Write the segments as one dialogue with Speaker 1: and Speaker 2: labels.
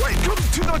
Speaker 1: Welcome to the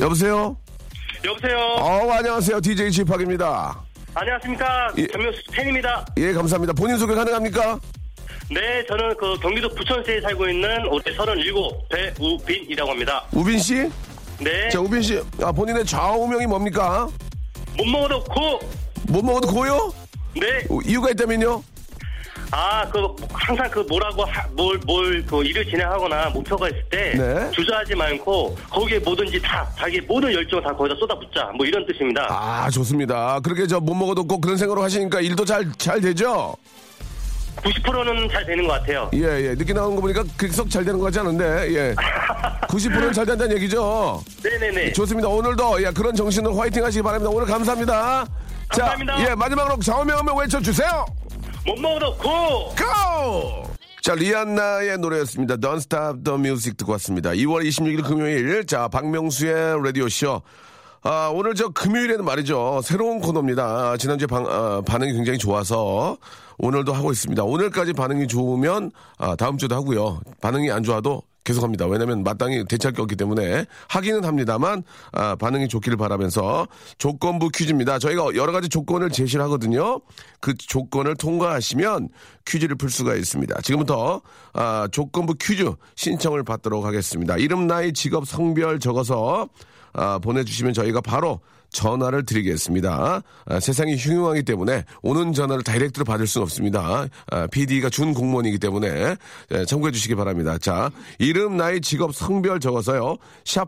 Speaker 1: 여보세요?
Speaker 2: 여보세요.
Speaker 1: 어, 안녕하세요. DJ Chip 박입니다.
Speaker 2: 안녕하십니까.
Speaker 1: 예.
Speaker 2: 전명수 팬입니다.
Speaker 1: 예, 감사합니다. 본인 소개 가능합니까?
Speaker 2: 네, 저는 그 경기도 부천시에 살고 있는 올해 37 배우빈이라고 합니다.
Speaker 1: 우빈 씨?
Speaker 2: 네,
Speaker 1: 자, 우빈 씨, 아, 본인의 좌우명이 뭡니까?
Speaker 2: 못 먹어도 코.
Speaker 1: 못 먹어도 고요?
Speaker 2: 네,
Speaker 1: 어, 이유가 있다면요?
Speaker 2: 아, 그 항상 그 뭐라고 뭘뭘그 일을 진행하거나 목표가 있을 때
Speaker 1: 네.
Speaker 2: 주저하지 말고 거기에 뭐든지 다 자기 모든 열정 을다 거기다 쏟아붓자. 뭐 이런 뜻입니다.
Speaker 1: 아, 좋습니다. 그렇게 저 못 먹어도 꼭 그런 생각으로 하시니까 일도 잘, 잘 되죠?
Speaker 2: 90%는 잘 되는 것 같아요.
Speaker 1: 예, 예. 늦게 나온 거 보니까 그렇게 썩 잘 되는 거 같지 않은데, 예. 90%는 잘 된다는 얘기죠?
Speaker 2: 네, 네, 네.
Speaker 1: 좋습니다. 오늘도, 예, 그런 정신으로 화이팅 하시기 바랍니다. 오늘 감사합니다. 자,
Speaker 2: 감사합니다.
Speaker 1: 예, 마지막으로 좌우명 한번 외쳐주세요!
Speaker 2: 못 먹어도 코.
Speaker 1: 고! 자, 리안나의 노래였습니다. Don't Stop the Music 듣고 왔습니다. 2월 26일 금요일, 자, 박명수의 라디오쇼. 아, 오늘 저 금요일에는 말이죠. 새로운 코너입니다. 아, 지난주에 방, 아, 반응이 굉장히 좋아서 오늘도 하고 있습니다. 오늘까지 반응이 좋으면 아, 다음 주도 하고요. 반응이 안 좋아도 계속합니다. 왜냐면 마땅히 대체할 게 없기 때문에 하기는 합니다만 아, 반응이 좋기를 바라면서 조건부 퀴즈입니다. 저희가 여러 가지 조건을 제시를 하거든요. 그 조건을 통과하시면 퀴즈를 풀 수가 있습니다. 지금부터 아, 조건부 퀴즈 신청을 받도록 하겠습니다. 이름, 나이, 직업, 성별 적어서 아, 보내주시면 저희가 바로 전화를 드리겠습니다. 아, 세상이 흉흉하기 때문에 오는 전화를 다이렉트로 받을 수는 없습니다. 아, PD가 준 공무원이기 때문에 예, 참고해 주시기 바랍니다. 자, 이름, 나이, 직업, 성별 적어서요.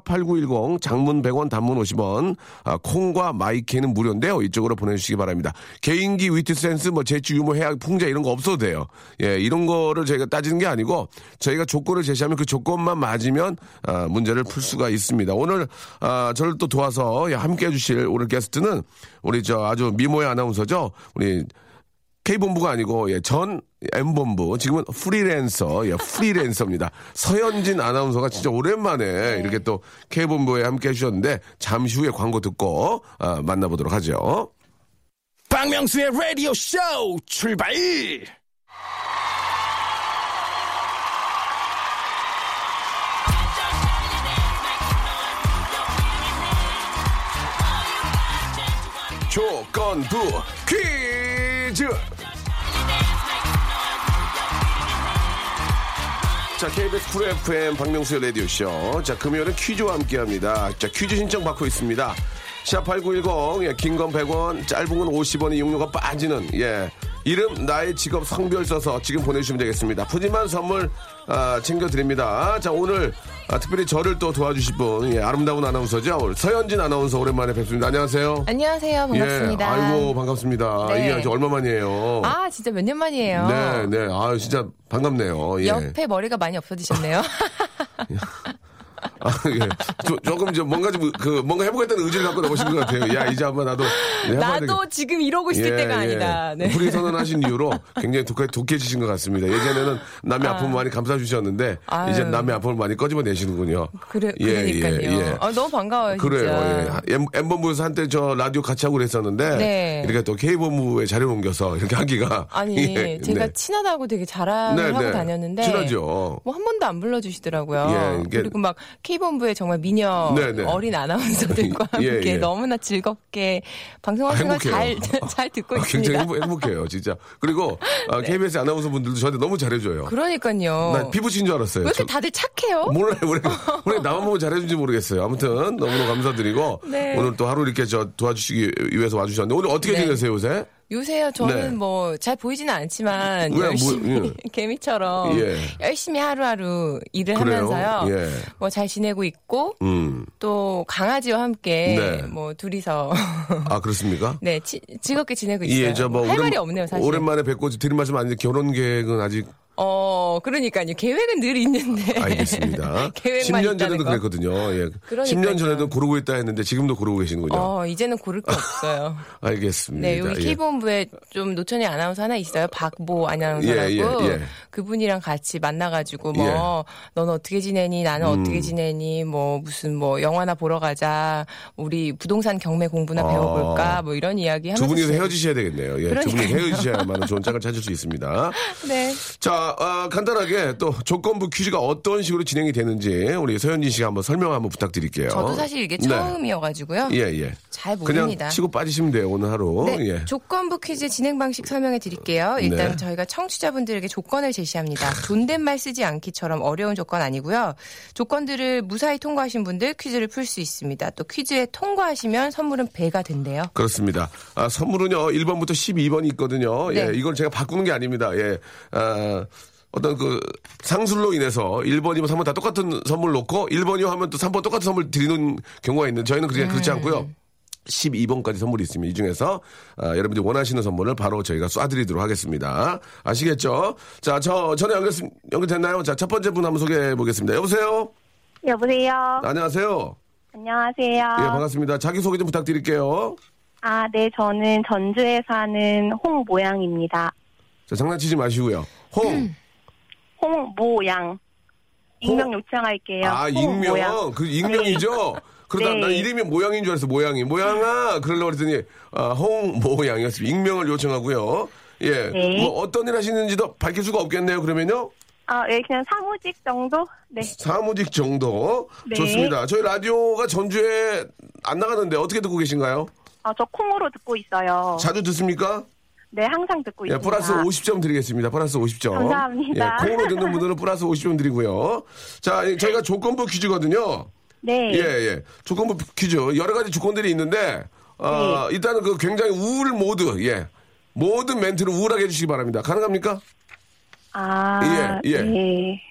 Speaker 1: 샵8910 장문 100원, 단문 50원. 아, 콩과 마이키는 무료인데요. 이쪽으로 보내주시기 바랍니다. 개인기, 위트 센스, 뭐 재치, 유머, 해학, 풍자 이런 거 없어도 돼요. 예, 이런 거를 저희가 따지는 게 아니고 저희가 조건을 제시하면 그 조건만 맞으면 아, 문제를 풀 수가 있습니다. 오늘 아, 저를 또 도와서 함께 해주실 오늘 게스트는 우리 저 아주 미모의 아나운서죠. 우리 K본부가 아니고 예, 전 M본부 지금은 프리랜서 예, 프리랜서입니다. 서현진 아나운서가 진짜 오랜만에 이렇게 또 K본부에 함께 해주셨는데 잠시 후에 광고 듣고 아, 만나보도록 하죠.
Speaker 3: 박명수의 라디오 쇼 출발!
Speaker 1: 조건부 퀴즈 자 KBS 쿨 FM 박명수의 라디오쇼 자 금요일은 퀴즈와 함께합니다 자 퀴즈 신청 받고 있습니다 샵8910 예, 긴 건 100원 짧은 건 50원 이용료가 빠지는 예 이름 나의 직업 성별 써서 지금 보내주시면 되겠습니다 푸짐한 선물 아, 챙겨드립니다 자 오늘 아, 특별히 저를 또 도와주실 분 예, 아름다운 아나운서죠 오늘 서현진 아나운서 오랜만에 뵙습니다 안녕하세요
Speaker 4: 안녕하세요. 반갑습니다.
Speaker 1: 예, 아이고 반갑습니다.
Speaker 4: 네.
Speaker 1: 이게 아주 얼마 만이에요.
Speaker 4: 아, 진짜 몇 년 만이에요.
Speaker 1: 네, 네. 아 진짜 반갑네요. 예.
Speaker 4: 옆에 머리가 많이 없어지셨네요.
Speaker 1: 아, 예. 조, 조금 좀 뭔가 좀 그 뭔가 해보겠다는 의지를 갖고 나오신 것 같아요. 야 이제 네, 한번 나도 해봐야
Speaker 4: 나도
Speaker 1: 되겠-
Speaker 4: 지금 이러고 있을
Speaker 1: 예,
Speaker 4: 때가 아니다. 네.
Speaker 1: 프리 선언하신 이유로 굉장히 독해, 독해지신 것 같습니다. 예전에는 남의 아픔을 많이 감싸 주셨는데
Speaker 4: 아유.
Speaker 1: 이제 남의 아픔을 많이 꺼집어 내시는군요. 예,
Speaker 4: 그래, 그러니까요. 아, 너무 반가워요.
Speaker 1: 그래요. 예.
Speaker 4: 진짜.
Speaker 1: 엠- 엠본부에서 한때 저 라디오 같이 하고 그랬었는데
Speaker 4: 네.
Speaker 1: 이렇게 또 K본부에 자리를 옮겨서 이렇게 하기가
Speaker 4: 아니,
Speaker 1: 예,
Speaker 4: 제가
Speaker 1: 네.
Speaker 4: 친하다고 되게 자랑을 하고 다녔는데.
Speaker 1: 친하죠.
Speaker 4: 뭐 한 번도 안 불러주시더라고요.
Speaker 1: 예, 이게-
Speaker 4: 그리고 막 k K본부의 정말 미녀
Speaker 1: 네, 네.
Speaker 4: 어린 아나운서들과
Speaker 1: 예,
Speaker 4: 함께
Speaker 1: 예.
Speaker 4: 너무나 즐겁게 방송
Speaker 1: 아,
Speaker 4: 활동을
Speaker 1: 행복해요.
Speaker 4: 잘, 잘 듣고
Speaker 1: 아, 굉장히
Speaker 4: 있습니다. 네.
Speaker 1: 행복, 행복해요, 진짜. 그리고 아, KBS 아나운서 분들도 저한테 너무 잘해줘요.
Speaker 4: 그러니까요.
Speaker 1: 나 피부친 줄 알았어요.
Speaker 4: 왜 이렇게
Speaker 1: 저-
Speaker 4: 다들 착해요?
Speaker 1: 몰라요. 우리, 우리 나만 보면 잘해준지 모르겠어요. 아무튼 너무너무 감사드리고
Speaker 4: 네.
Speaker 1: 오늘 또 하루 이렇게 저 도와주시기 위해서 와주셨는데 오늘 어떻게
Speaker 4: 네.
Speaker 1: 지내세요 요새?
Speaker 4: 요새요 저는
Speaker 1: 네.
Speaker 4: 뭐 잘 보이지는 않지만
Speaker 1: 왜, 뭐,
Speaker 4: 열심히
Speaker 1: 예.
Speaker 4: 개미처럼
Speaker 1: 예.
Speaker 4: 열심히 하루하루 일을
Speaker 1: 그래요?
Speaker 4: 하면서요
Speaker 1: 예.
Speaker 4: 뭐 잘 지내고 있고
Speaker 1: 음.
Speaker 4: 또 강아지와 함께
Speaker 1: 네.
Speaker 4: 뭐 둘이서
Speaker 1: 아 그렇습니까?
Speaker 4: 네 치- 즐겁게 지내고 있어요.
Speaker 1: 예, 저뭐
Speaker 4: 할 말이 없네요 사실.
Speaker 1: 오랜만에 뵙고 드린 말씀 아닌데 결혼 계획은 아직
Speaker 4: 어 그러니까요 계획은 늘 있는데.
Speaker 1: 알겠습니다.
Speaker 4: 계획만
Speaker 1: 10년
Speaker 4: 있다는
Speaker 1: 전에도
Speaker 4: 거.
Speaker 1: 그랬거든요. 예.
Speaker 4: 그러니까요.
Speaker 1: 10년 전에도 고르고 있다 했는데 지금도 고르고 계시는군요.
Speaker 4: 어 이제는 고를 게 없어요.
Speaker 1: 알겠습니다.
Speaker 4: 네, 우리
Speaker 1: 예.
Speaker 4: K본부에 좀 노천이 아나운서 하나 있어요. 박보 아나운서라고.
Speaker 1: 예, 예, 예.
Speaker 4: 그분이랑 같이 만나가지고 뭐, 넌 어떻게 지내니? 나는
Speaker 1: 음.
Speaker 4: 어떻게 지내니? 뭐, 무슨 뭐, 영화나 보러 가자. 우리 부동산 경매 공부나
Speaker 1: 아.
Speaker 4: 배워볼까? 뭐 이런 이야기 하면서.
Speaker 1: 두 분이서 헤어지셔야 되겠네요. 예, 두 분이
Speaker 4: 그러니까요.
Speaker 1: 헤어지셔야만 좋은 짝을 찾을 수 있습니다.
Speaker 4: 네.
Speaker 1: 자, 아, 간단하게 또 조건부 퀴즈가 어떤 식으로 진행이 되는지 우리 서현진 씨가 한번 설명 한번 부탁드릴게요.
Speaker 4: 저도 사실 이게
Speaker 1: 네.
Speaker 4: 처음이어가지고요.
Speaker 1: 예, 예.
Speaker 4: 잘
Speaker 1: 그냥
Speaker 4: 모릅니다.
Speaker 1: 치고 빠지시면 돼요, 오늘 하루.
Speaker 4: 네,
Speaker 1: 예.
Speaker 4: 조건부 퀴즈 진행 방식 설명해 드릴게요. 일단
Speaker 1: 네.
Speaker 4: 저희가 청취자분들에게 조건을 제시합니다. 존댓말 쓰지 않기처럼 어려운 조건 아니고요. 조건들을 무사히 통과하신 분들 퀴즈를 풀 수 있습니다. 또 퀴즈에 통과하시면 선물은 배가 된대요.
Speaker 1: 그렇습니다. 아, 선물은요, 1번부터 12번이 있거든요.
Speaker 4: 네.
Speaker 1: 예, 이건 제가 바꾸는 게 아닙니다. 예. 아, 어떤 그 상술로 인해서 1번이면 3번 다 똑같은 선물 놓고 1번이요 하면 또 3번 똑같은 선물 드리는 경우가 있는데 저희는 그렇게 그렇지 않고요. 12번까지 선물이 있습니다. 이 중에서 아, 여러분들이 원하시는 선물을 바로 저희가 쏴드리도록 하겠습니다. 아시겠죠? 자, 저 전에 연결 연결됐나요? 자, 첫 번째 분 한번 소개해 보겠습니다. 여보세요.
Speaker 5: 여보세요.
Speaker 1: 안녕하세요.
Speaker 5: 안녕하세요.
Speaker 1: 예, 반갑습니다. 자기 소개 좀 부탁드릴게요.
Speaker 5: 아, 네, 저는 전주에 사는 홍모양입니다.
Speaker 1: 자, 장난치지 마시고요. 홍.
Speaker 5: 홍모양. 익명 요청할게요.
Speaker 1: 아,
Speaker 5: 홍모양.
Speaker 1: 익명. 그 익명이죠? 그러다
Speaker 5: 네.
Speaker 1: 난 이름이 모양인 줄 알았어, 모양이. 모양아! 그러려고 그랬더니, 아, 홍모양이었습니다. 익명을 요청하고요. 예.
Speaker 5: 네.
Speaker 1: 뭐 어떤 일 하시는지도 밝힐 수가 없겠네요, 그러면요?
Speaker 5: 아, 예, 그냥 사무직 정도? 네.
Speaker 1: 사무직 정도.
Speaker 5: 네.
Speaker 1: 좋습니다. 저희 라디오가 전주에 안 나가는데 어떻게 듣고 계신가요?
Speaker 5: 아, 저 콩으로 듣고 있어요.
Speaker 1: 자주 듣습니까?
Speaker 5: 네, 항상 듣고
Speaker 1: 예,
Speaker 5: 있습니다.
Speaker 1: 플러스 50점 드리겠습니다. 플러스 50점.
Speaker 5: 감사합니다.
Speaker 1: 예, 콩으로 듣는 분들은 플러스 50점 드리고요. 자, 이- 저희가 조건부 퀴즈거든요.
Speaker 5: 네.
Speaker 1: 예, 예. 조건부 퀴즈. 여러 가지 조건들이 있는데, 어,
Speaker 5: 네.
Speaker 1: 일단은 그 굉장히 우울 모드, 예. 모든 멘트를 우울하게 해주시기 바랍니다. 가능합니까?
Speaker 5: 아,
Speaker 1: 예, 예.
Speaker 5: 네.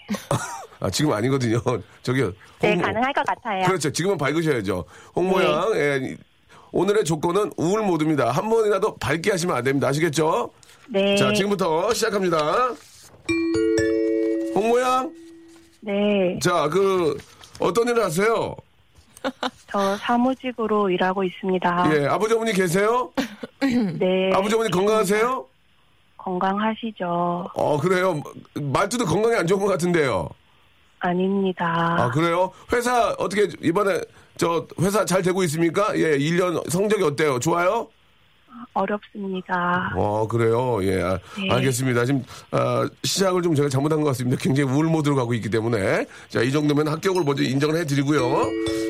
Speaker 1: 아, 지금 아니거든요. 저기요.
Speaker 5: 네,
Speaker 1: 홍-
Speaker 5: 가능할 것 같아요.
Speaker 1: 그렇죠. 지금은 밝으셔야죠. 홍모양,
Speaker 5: 네.
Speaker 1: 예. 오늘의 조건은 우울 모드입니다. 한 번이라도 밝게 하시면 안 됩니다. 아시겠죠?
Speaker 5: 네.
Speaker 1: 자, 지금부터 시작합니다. 홍모양,
Speaker 5: 네.
Speaker 1: 자, 그, 어떤 일을 하세요?
Speaker 5: 저 사무직으로 일하고 있습니다.
Speaker 1: 예, 아버지 어머니 계세요?
Speaker 5: 네.
Speaker 1: 아버지 어머니 건강하세요?
Speaker 5: 건강하시죠?
Speaker 1: 어, 그래요. 말투도 건강에 안 좋은 것 같은데요.
Speaker 5: 아닙니다.
Speaker 1: 아, 그래요? 회사 어떻게 이번에 저 회사 잘 되고 있습니까? 예, 1년 성적이 어때요? 좋아요?
Speaker 5: 어렵습니다.
Speaker 1: 어, 그래요. 예, 아,
Speaker 5: 네.
Speaker 1: 알겠습니다. 지금 아, 시작을 좀 제가 잘못한 것 같습니다. 굉장히 우울 모드로 가고 있기 때문에 자, 이 정도면 합격을 먼저 인정을 해드리고요.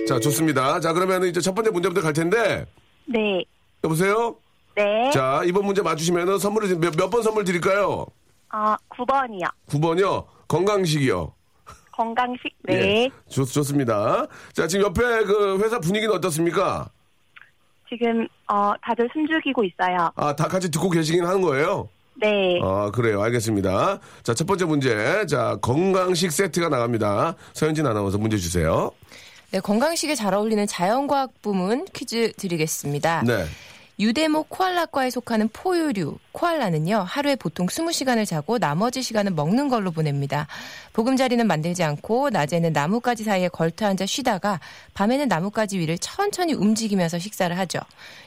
Speaker 1: 자, 좋습니다. 자, 그러면 이제 첫 번째 문제부터 갈 텐데
Speaker 5: 네.
Speaker 1: 여보세요.
Speaker 5: 네.
Speaker 1: 자, 이번 문제 맞추시면은 선물을 몇 번 선물 드릴까요?
Speaker 5: 아, 9번이요.
Speaker 1: 9번이요. 건강식이요.
Speaker 5: 건강식, 네.
Speaker 1: 예, 좋, 좋습니다. 자, 지금 옆에 그 회사 분위기는 어떻습니까?
Speaker 5: 지금, 어, 다들 숨죽이고 있어요.
Speaker 1: 아, 다 같이 듣고 계시긴 하는 거예요?
Speaker 5: 네.
Speaker 1: 아, 그래요. 알겠습니다. 자, 첫 번째 문제. 자, 건강식 세트가 나갑니다. 서현진 아나운서 문제 주세요.
Speaker 4: 네, 건강식에 잘 어울리는 자연과학 부문 퀴즈
Speaker 5: 아,
Speaker 4: 드리겠습니다.
Speaker 1: 네.
Speaker 4: 유대모 코알라과에 속하는 포유류 코알라는요 하루에 보통 20시간을 자고 나머지 시간은 먹는 걸로 보냅니다. 보금자리는 만들지 않고 낮에는 나뭇가지 사이에 걸터 앉아 쉬다가 밤에는 나뭇가지 위를 천천히 움직이면서 식사를 하죠.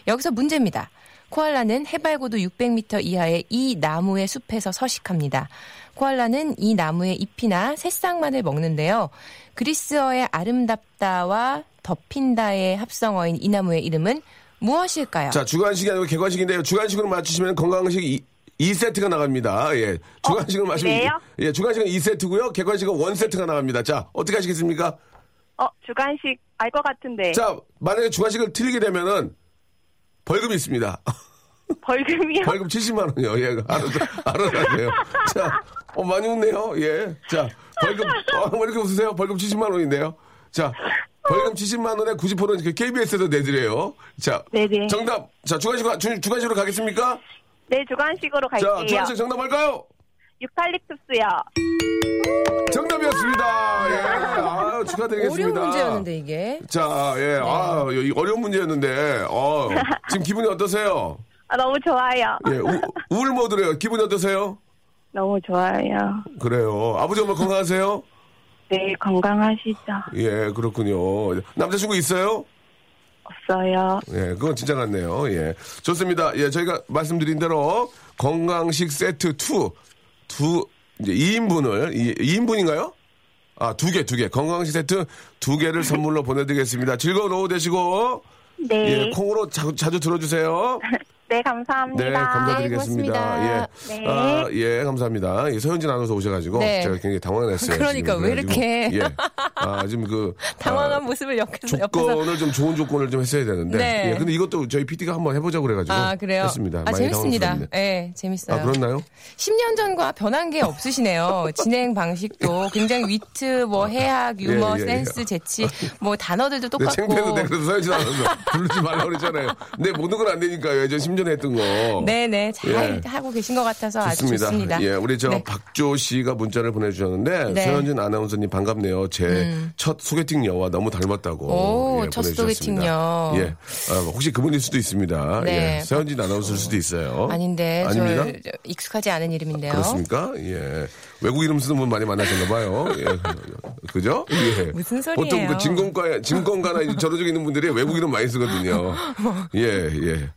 Speaker 4: 여기서 문제입니다. 코알라는 해발고도 600m 이하의 이 나무의 숲에서 서식합니다. 코알라는 이 나무의 잎이나 새싹만을 먹는데요. 그리스어의 아름답다와 덮인다의 합성어인 이 나무의 이름은 무엇일까요?
Speaker 1: 자, 주간식이 아니고 개관식인데요. 주간식으로 맞추시면 건강식 이, 이 세트가 나갑니다. 예. 주간식으로 맞추면. 이-
Speaker 5: 어? 그래요?
Speaker 1: 예, 주간식은 이세트고요 개관식은 원세트가 나갑니다. 자, 어떻게 하시겠습니까?
Speaker 5: 어, 주간식 알 것 같은데.
Speaker 1: 자, 만약에 주관식을 틀리게 되면은 벌금이 있습니다.
Speaker 5: 벌금이요?
Speaker 1: 벌금 70만 원이요. 예, 알아서, 알아서 하세요. 자, 어, 많이 웃네요. 예. 자, 벌금, 어, 왜 이렇게 웃으세요? 벌금 70만 원인데요. 자, 벌금 70만 원에 90%는 그 KBS에서 내드려요. 자,
Speaker 5: 네네.
Speaker 1: 정답. 자, 주관식, 주, 주관식으로 가겠습니까?
Speaker 5: 네, 주간식으로
Speaker 1: 자,
Speaker 5: 갈게요.
Speaker 1: 주관식 정답 할까요?
Speaker 5: 유칼립투스요.
Speaker 1: 정답이었습니다. 예. 아, 축하드리겠습니다.
Speaker 4: 어려운 문제였는데 네. 이게.
Speaker 1: 자, 예. 아, 이 어려운 문제였는데, 어, 지금 기분이 어떠세요?
Speaker 5: 아, 너무 좋아요.
Speaker 1: 예, 우, 우울 모드래요. 기분이 어떠세요?
Speaker 5: 너무 좋아요.
Speaker 1: 그래요. 아버지 엄마 건강하세요?
Speaker 5: 네, 건강하시죠?
Speaker 1: 예, 그렇군요. 남자친구 있어요?
Speaker 5: 없어요.
Speaker 1: 예, 그건 진짜 같네요. 예. 좋습니다. 예, 저희가 말씀드린 대로 건강식 세트 2, 두, 이제 2인분을, 2인분인가요? 아, 두 개, 두 개. 건강식 세트 두 개를 선물로 보내드리겠습니다. 즐거운 오후 되시고,
Speaker 5: 네.
Speaker 1: 예, 콩으로 자, 자주 들어주세요.
Speaker 5: 네, 감사합니다.
Speaker 1: 네, 감사드리겠습니다. 예.
Speaker 5: 네.
Speaker 1: 아, 예, 감사합니다. 예, 서현진 아나운서 오셔가지고
Speaker 4: 네.
Speaker 1: 제가 굉장히 당황했어요.
Speaker 4: 그러니까 왜 이렇게.
Speaker 1: 예. 아, 지금 그
Speaker 4: 당황한
Speaker 1: 아,
Speaker 4: 모습을 옆에서 옆에서
Speaker 1: 조건을 좀 좋은 조건을 좀 했어야 되는데.
Speaker 4: 네.
Speaker 1: 예, 근데 이것도 저희 PD가 한번 해보자고 그래가지고.
Speaker 4: 아 그래요.
Speaker 1: 했습니다.
Speaker 4: 아
Speaker 1: 많이
Speaker 4: 재밌습니다.
Speaker 1: 당황스럽네요.
Speaker 4: 예, 재밌어요.
Speaker 1: 아, 그렇나요?
Speaker 4: 10년 전과 변한 게 없으시네요. 진행 방식도 굉장히 위트, 뭐 해학, 유머,
Speaker 1: 아, 예, 예, 예.
Speaker 4: 센스, 재치, 뭐 단어들도
Speaker 1: 네,
Speaker 4: 똑같고.
Speaker 1: 창피했는데 그래도 서현진 아나운서 부르지 말라고 그랬잖아요. 근데 모든 건 안 되니까요. 예전 10년에 했던 거.
Speaker 4: 네네 잘
Speaker 1: 예.
Speaker 4: 하고 계신 것 같아서 아주
Speaker 1: 좋습니다.
Speaker 4: 좋습니다.
Speaker 1: 예, 우리 저
Speaker 4: 네.
Speaker 1: 박조 씨가 문자를 보내주셨는데
Speaker 4: 네. 음.
Speaker 1: 서현진 아나운서님 반갑네요. 제 첫 소개팅 여와 너무 닮았다고 예,
Speaker 4: 오, 첫
Speaker 1: 보내주셨습니다.
Speaker 4: 소개팅 여.
Speaker 1: 예, 아, 혹시 그분일 수도 있습니다.
Speaker 4: 네.
Speaker 1: 예, 서현진 아나운서일 수도 있어요.
Speaker 4: 아닌데
Speaker 1: 아닙니다.
Speaker 4: 저 익숙하지 않은 이름인데요.
Speaker 1: 그렇습니까? 예. 외국 이름 쓰는 분 많이 만나셨나 봐요. 예. 그죠? 예.
Speaker 4: 무슨 소리예요?
Speaker 1: 보통 그 진공과 진공과나 이제 저런 쪽에 있는 분들이 외국 이름 많이 쓰거든요. 예, 예.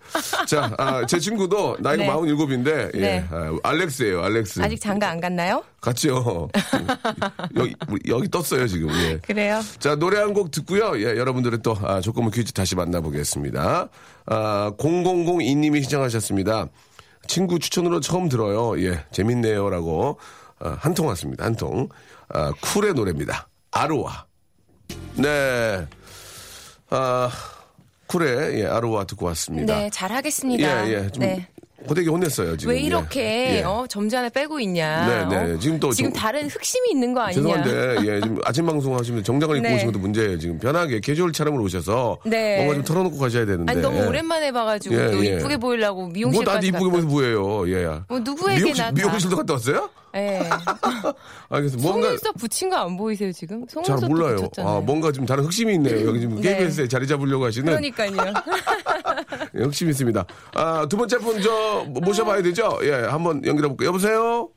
Speaker 1: 자, 아, 제 친구도 나이가
Speaker 4: 네.
Speaker 1: 47인데 예.
Speaker 4: 네.
Speaker 1: 아, 알렉스예요. 알렉스.
Speaker 4: 아직 장가 안 갔나요?
Speaker 1: 같이요. 그, 여기 뭐, 여기 떴어요, 지금. 예.
Speaker 4: 그래요.
Speaker 1: 자, 노래 한 곡 듣고요. 예, 여러분들의 또, 아, 조건부 퀴즈 다시 만나보겠습니다. 아, 0002님이 시청하셨습니다. 친구 추천으로 처음 들어요. 예, 재밌네요. 라고, 아, 한 통 왔습니다. 한 통. 아, 쿨의 노래입니다. 아로아. 네. 아, 쿨의, 예, 아로아 듣고 왔습니다.
Speaker 4: 네, 잘 하겠습니다.
Speaker 1: 예, 예. 좀,
Speaker 4: 네.
Speaker 1: 고데기 혼냈어요, 지금.
Speaker 4: 왜
Speaker 1: 예.
Speaker 4: 이렇게
Speaker 1: 예.
Speaker 4: 어, 점자 하나 빼고 있냐?
Speaker 1: 네, 네.
Speaker 4: 어?
Speaker 1: 지금 또 좀-
Speaker 4: 다른 흑심이 있는 거 아니냐?
Speaker 1: 죄송한데 예 지금 아침 방송 하시면 정장을 입고
Speaker 4: 네.
Speaker 1: 오신 것도 문제예요 지금 편하게 캐주얼 차림으로 오셔서
Speaker 4: 네.
Speaker 1: 뭔가 좀 털어놓고 가셔야 되는데
Speaker 4: 아니 너무 오랜만에 봐가지고
Speaker 1: 네. 예,
Speaker 4: 또
Speaker 1: 예.
Speaker 4: 이쁘게 보이려고
Speaker 1: 뭐
Speaker 4: 미용실까지
Speaker 1: 나도 이쁘게
Speaker 4: 갔다.
Speaker 1: 보여서 뭐예요 예
Speaker 4: 뭐 누구에게
Speaker 1: 미용실,
Speaker 4: 나 다-
Speaker 1: 미용실도 갔다 왔어요
Speaker 4: 예.
Speaker 1: 알겠어 뭔가
Speaker 4: 속눈썹 붙인 거 안 보이세요 지금?
Speaker 1: 잘
Speaker 4: 속눈썹
Speaker 1: 몰라요 아 뭔가 좀 다른 흑심이 있네요 여기 지금
Speaker 4: 네.
Speaker 1: KBS에 자리 잡으려고 하시는
Speaker 4: 그러니까요.
Speaker 1: 예, 흑심이 있습니다 아 두 번째 분 저 모셔봐야 되죠 예 한번 연결해 볼게요 여보세요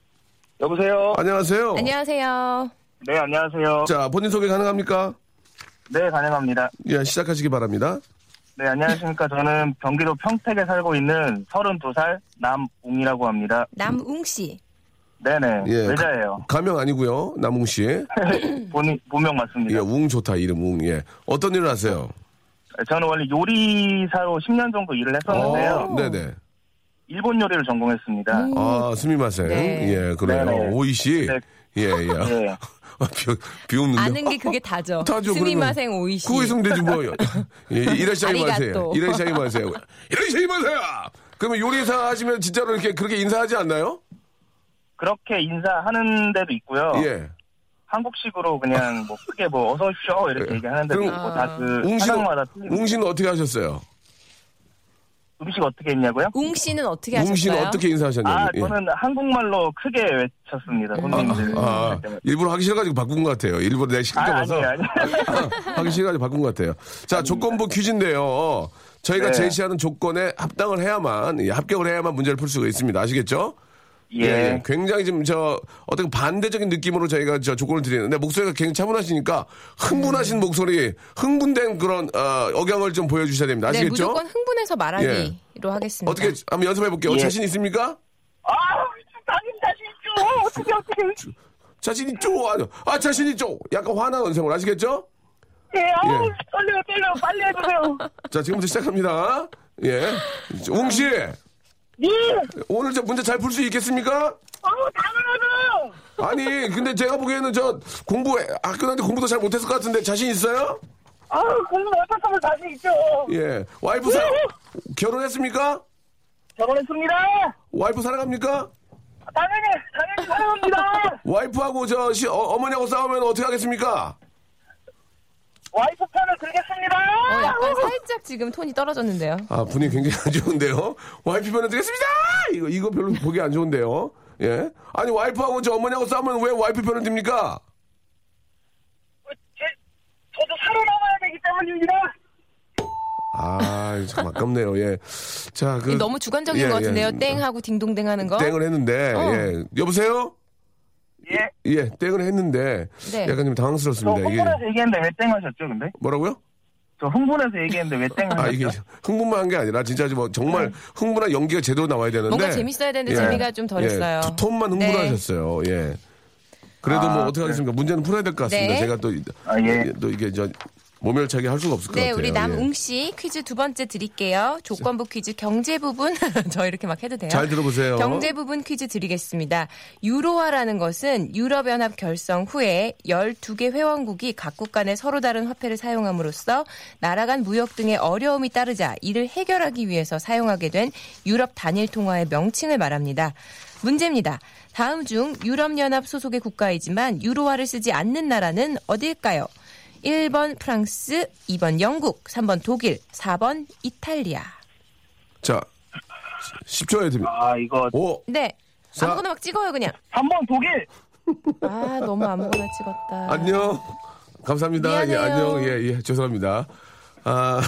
Speaker 2: 여보세요.
Speaker 1: 아. 안녕하세요
Speaker 4: 안녕하세요.
Speaker 2: 네 안녕하세요.
Speaker 1: 자 본인 소개 가능합니까
Speaker 2: 네 가능합니다.
Speaker 1: 예 시작하시기 바랍니다
Speaker 2: 네 안녕하십니까. 저는 경기도 평택에 살고 있는 32살 남웅이라고 합니다.
Speaker 4: 남웅 씨.
Speaker 2: 네네.
Speaker 1: 예
Speaker 2: 외자예요.
Speaker 1: 가명 아니고요 남웅 씨
Speaker 2: 본인 본명
Speaker 1: 예,
Speaker 2: 맞습니다.
Speaker 1: 웅 좋다 이름 웅. 예. 어떤 일을 하세요?
Speaker 2: 네, 저는 원래 요리사로 10년 정도 일을 했었는데요.
Speaker 1: 어, 네네.
Speaker 2: 일본 요리를 전공했습니다.
Speaker 1: 아, 스미마셍.
Speaker 4: 네.
Speaker 1: 예, 그래요.
Speaker 2: 네네.
Speaker 1: 오이 씨.
Speaker 2: 네.
Speaker 1: 예, 예.
Speaker 2: 네.
Speaker 1: 아, 비, 비웃는데.
Speaker 4: 아는 게 그게 다죠.
Speaker 1: 다죠,
Speaker 4: 스미마생
Speaker 1: 그러면.
Speaker 4: 오이시.
Speaker 1: 그거 있으면 되지 뭐. 예, 이라시아이
Speaker 4: 아리가또.
Speaker 1: 마세요. 이라시아이 마세요. 이라시아이 마세요! 그러면 요리사 하시면 진짜로 이렇게 그렇게 인사하지 않나요?
Speaker 2: 그렇게 인사하는 데도 있고요.
Speaker 1: 예.
Speaker 2: 한국식으로 그냥 뭐 크게 뭐 어서 오십시오 이렇게
Speaker 1: 예.
Speaker 2: 얘기하는 데도
Speaker 1: 그럼
Speaker 2: 있고 다그
Speaker 1: 웅 씨는,
Speaker 2: 사장마다 틀린
Speaker 1: 웅 씨는 어떻게 하셨어요?
Speaker 2: 음식 어떻게 했냐고요?
Speaker 4: 웅 씨는 어떻게 하셨어요?
Speaker 1: 웅 씨는 어떻게 인사하셨냐고.
Speaker 2: 아
Speaker 1: 예.
Speaker 2: 저는 한국말로 크게 외쳤습니다. 손님들
Speaker 1: 아, 일부러 하기 싫어가지고 바꾼 것 같아요. 일부러 내가 시켜봐서.
Speaker 2: 네. 아니에요, 아니에요.
Speaker 1: 하기 싫어가지고 바꾼 것 같아요. 자, 조건부 퀴즈인데요. 저희가
Speaker 2: 음. 네.
Speaker 1: 제시하는 조건에 합당을 해야만, 예, 합격을 해야만 문제를 풀 수가 있습니다. 아시겠죠?
Speaker 2: 예.
Speaker 1: 굉장히 지금 저, 어떤 반대적인 느낌으로 저희가 저 조건을 드리는데, 목소리가 굉장히 차분하시니까,
Speaker 2: 음.
Speaker 1: 흥분하신 목소리, 흥분된 그런, 어, 억양을 좀 보여주셔야 됩니다.
Speaker 4: 네,
Speaker 1: 아시겠죠? 예.
Speaker 4: 무조건 네. 흥분해서 말하기로 하겠습니다.
Speaker 1: 어떻게, 한번 연습해볼게요.
Speaker 2: 예.
Speaker 1: 자신 있습니까?
Speaker 2: 아 당연히 자신 있죠. 어떻게 어떻게
Speaker 1: 자신 있죠? 아, 아, 자신 있죠? 약간 화난 언성을 아시겠죠?
Speaker 2: 예.
Speaker 5: 네,
Speaker 2: 아우
Speaker 1: 예.
Speaker 2: 떨려요 떨려요 빨리 해주세요.
Speaker 1: 자, 지금부터 시작합니다. 예. 웅씨,
Speaker 2: 예.
Speaker 5: 네.
Speaker 1: 오늘 저 문제 잘 풀 수 있겠습니까?
Speaker 2: 아우 당연하죠.
Speaker 1: 아니, 근데 제가 보기에는 저 공부, 아, 학교 다닐 때 공부도 잘 못했을 것 같은데 자신 있어요?
Speaker 6: 아우 공부 어떡하면 자신 있죠.
Speaker 1: 예. 와이프 사, 결혼했습니까?
Speaker 6: 결혼했습니다.
Speaker 1: 와이프 사랑합니까?
Speaker 6: 당연히 당연히 사랑합니다.
Speaker 1: 와이프하고 저 시, 어, 머니하고 싸우면 어떻게 하겠습니까?
Speaker 6: 와이프 편을 들겠습니다.
Speaker 5: 네,
Speaker 4: 어, 약간 살짝 지금 톤이 떨어졌는데요.
Speaker 1: 아, 분위기 굉장히 안 좋은데요? 와이프 변호 드리겠습니다! 이거, 이거 별로 보기 안 좋은데요? 예. 아니, 와이프하고 저 어머니하고 싸우면 왜 와이프 변호 듭니까?
Speaker 6: 제- 저도 살아남아야 되기 때문입니다.
Speaker 1: 아, 참 아깝네요. 예. 자, 그.
Speaker 4: 너무 주관적인
Speaker 1: 예,
Speaker 4: 것 같은데요.
Speaker 1: 예.
Speaker 4: 땡 하고 딩동댕 하는 거.
Speaker 1: 땡을 했는데,
Speaker 4: 어.
Speaker 1: 예. 여보세요?
Speaker 6: 예.
Speaker 1: 예, 땡을 했는데,
Speaker 4: 네.
Speaker 1: 약간 좀
Speaker 6: 저
Speaker 1: 당황스럽습니다. 이게,
Speaker 6: 어, 흥분해서 얘기했는데 왜 땡하셨죠, 근데?
Speaker 1: 뭐라고요?
Speaker 6: 저 흥분해서 얘기했는데 왜 땡하셨죠?
Speaker 1: 아, 이게 흥분만 한 게 아니라, 진짜 뭐,
Speaker 6: 네.
Speaker 1: 정말 흥분한 연기가 제대로 나와야 되는데.
Speaker 4: 뭔가 재밌어야 되는데 재미가 좀
Speaker 1: 네.
Speaker 4: 덜했어요. 네.
Speaker 1: 예, 두 톤만 흥분하셨어요. 예. 그래도 뭐, 어떻게 하겠습니까? 문제는 풀어야 될 것 같습니다.
Speaker 4: 아. 네.
Speaker 1: 제가 또,
Speaker 6: 아, 예.
Speaker 1: 또 이게 저, 모멸차게 할 수가 없을 것
Speaker 4: 네,
Speaker 1: 같아요.
Speaker 4: 우리
Speaker 1: 예.
Speaker 4: 남웅 씨 퀴즈 두 번째 드릴게요. 조건부 퀴즈 경제 부분 저 이렇게 막 해도 돼요.
Speaker 1: 잘 들어보세요.
Speaker 4: 경제 부분 퀴즈 드리겠습니다. 유로화라는 것은 유럽연합 결성 후에 12개 회원국이 각국 간에 서로 다른 화폐를 사용함으로써 나라 간 무역 등의 어려움이 따르자 이를 해결하기 위해서 사용하게 된 유럽 단일 통화의 명칭을 말합니다. 문제입니다. 다음 중 유럽연합 소속의 국가이지만 유로화를 쓰지 않는 나라는 어디일까요? 1번 프랑스, 2번 영국, 3번 독일, 4번 이탈리아.
Speaker 1: 자, 10초에 됩니다.
Speaker 6: 아, 이거.
Speaker 1: 오,
Speaker 4: 네.
Speaker 1: 자.
Speaker 4: 아무거나 막 찍어요, 그냥.
Speaker 6: 3번 독일!
Speaker 4: 아, 너무 아무거나 찍었다.
Speaker 1: 안녕. 감사합니다. 예,
Speaker 4: 미안해요.
Speaker 1: 안녕. 예, 예. 죄송합니다. 아,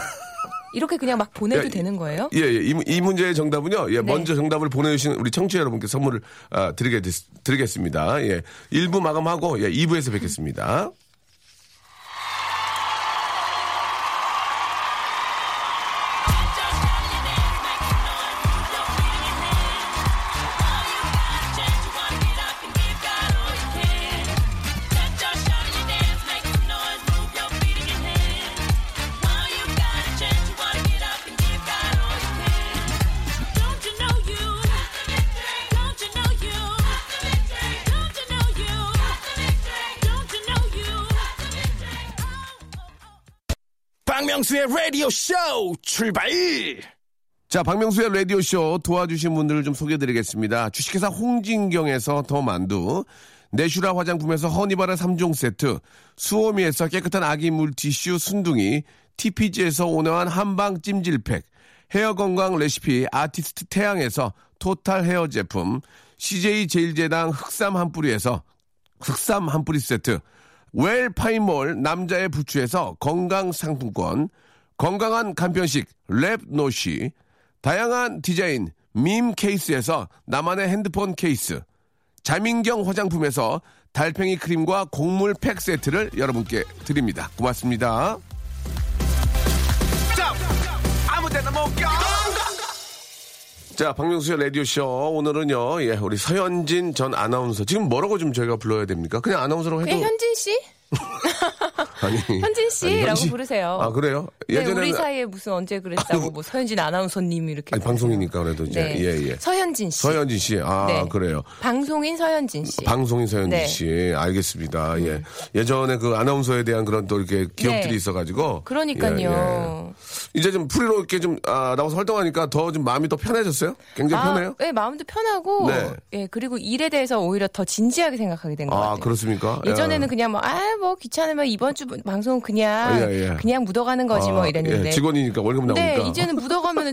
Speaker 4: 이렇게 그냥 막 보내도
Speaker 1: 야,
Speaker 4: 되는 거예요?
Speaker 1: 예, 예. 이, 문- 이 문제의 정답은요. 예, 먼저 정답을 보내주신 우리 청취자 여러분께 선물을 아, 드리게, 됐- 드리겠습니다. 예. 1부 마감하고, 예, 2부에서 뵙겠습니다.
Speaker 3: 박명수의 라디오 쇼 출발!
Speaker 1: 자, 박명수의 라디오쇼 도와주신 분들을 좀 소개해드리겠습니다. 주식회사 홍진경에서 더 만두, 내슈라 화장품에서 허니바라 3종 세트, 수오미에서 깨끗한 아기 물티슈 순둥이, TPG에서 온화한 한방 찜질팩, 헤어 건강 레시피 아티스트 태양에서 토탈 헤어 제품, CJ 제일제당 흑삼 한 뿌리에서 흑삼 한 뿌리 세트, 웰파이몰 남자의 부추에서 건강 상품권, 건강한 간편식 랩노시, 다양한 디자인 밈 케이스에서 나만의 핸드폰 케이스, 자민경 화장품에서 달팽이 크림과 곡물 팩 세트를 여러분께 드립니다. 고맙습니다. 자, 박명수의 라디오쇼. 오늘은요, 예, 우리 서현진 전 아나운서. 지금 뭐라고 좀 저희가 불러야 됩니까? 그냥 아나운서라고 해도.
Speaker 4: 그냥 예, 현진 씨?
Speaker 1: 아니,
Speaker 4: 현진 씨라고 부르세요.
Speaker 1: 아, 그래요?
Speaker 4: 네,
Speaker 1: 예전에는.
Speaker 4: 우리 사이에 무슨 언제 그랬다고 뭐 서현진 아나운서님 이렇게.
Speaker 1: 아니, 방송이니까 그래도 이제.
Speaker 4: 네.
Speaker 1: 예, 예.
Speaker 4: 서현진 씨.
Speaker 1: 서현진 씨. 아,
Speaker 4: 네.
Speaker 1: 그래요.
Speaker 4: 방송인 서현진 씨.
Speaker 1: 방송인 서현진
Speaker 4: 예. 네. 음.
Speaker 1: 씨. 알겠습니다. 예. 예전에 그 아나운서에 대한 그런 또 이렇게 기억들이
Speaker 4: 네.
Speaker 1: 있어가지고. 예, 예.
Speaker 4: 그러니까요.
Speaker 1: 이제 좀 프리로 이렇게 좀, 아, 나와서 활동하니까 더 좀 마음이 더 편해졌어요? 굉장히 편해요?
Speaker 4: 네, 마음도 편하고,
Speaker 1: 네.
Speaker 4: 예, 그리고 일에 대해서 오히려 더 진지하게 생각하게 된 것
Speaker 1: 아,
Speaker 4: 같아요.
Speaker 1: 그렇습니까?
Speaker 4: 예전에는
Speaker 1: 예.
Speaker 4: 그냥 뭐, 아, 뭐, 귀찮으면 이번 주 방송 그냥,
Speaker 1: 아, 예, 예.
Speaker 4: 그냥 묻어가는 거지 뭐
Speaker 1: 아,
Speaker 4: 이랬는데.
Speaker 1: 예, 직원이니까 월급 나오니까.
Speaker 4: 네, 이제는 묻어가면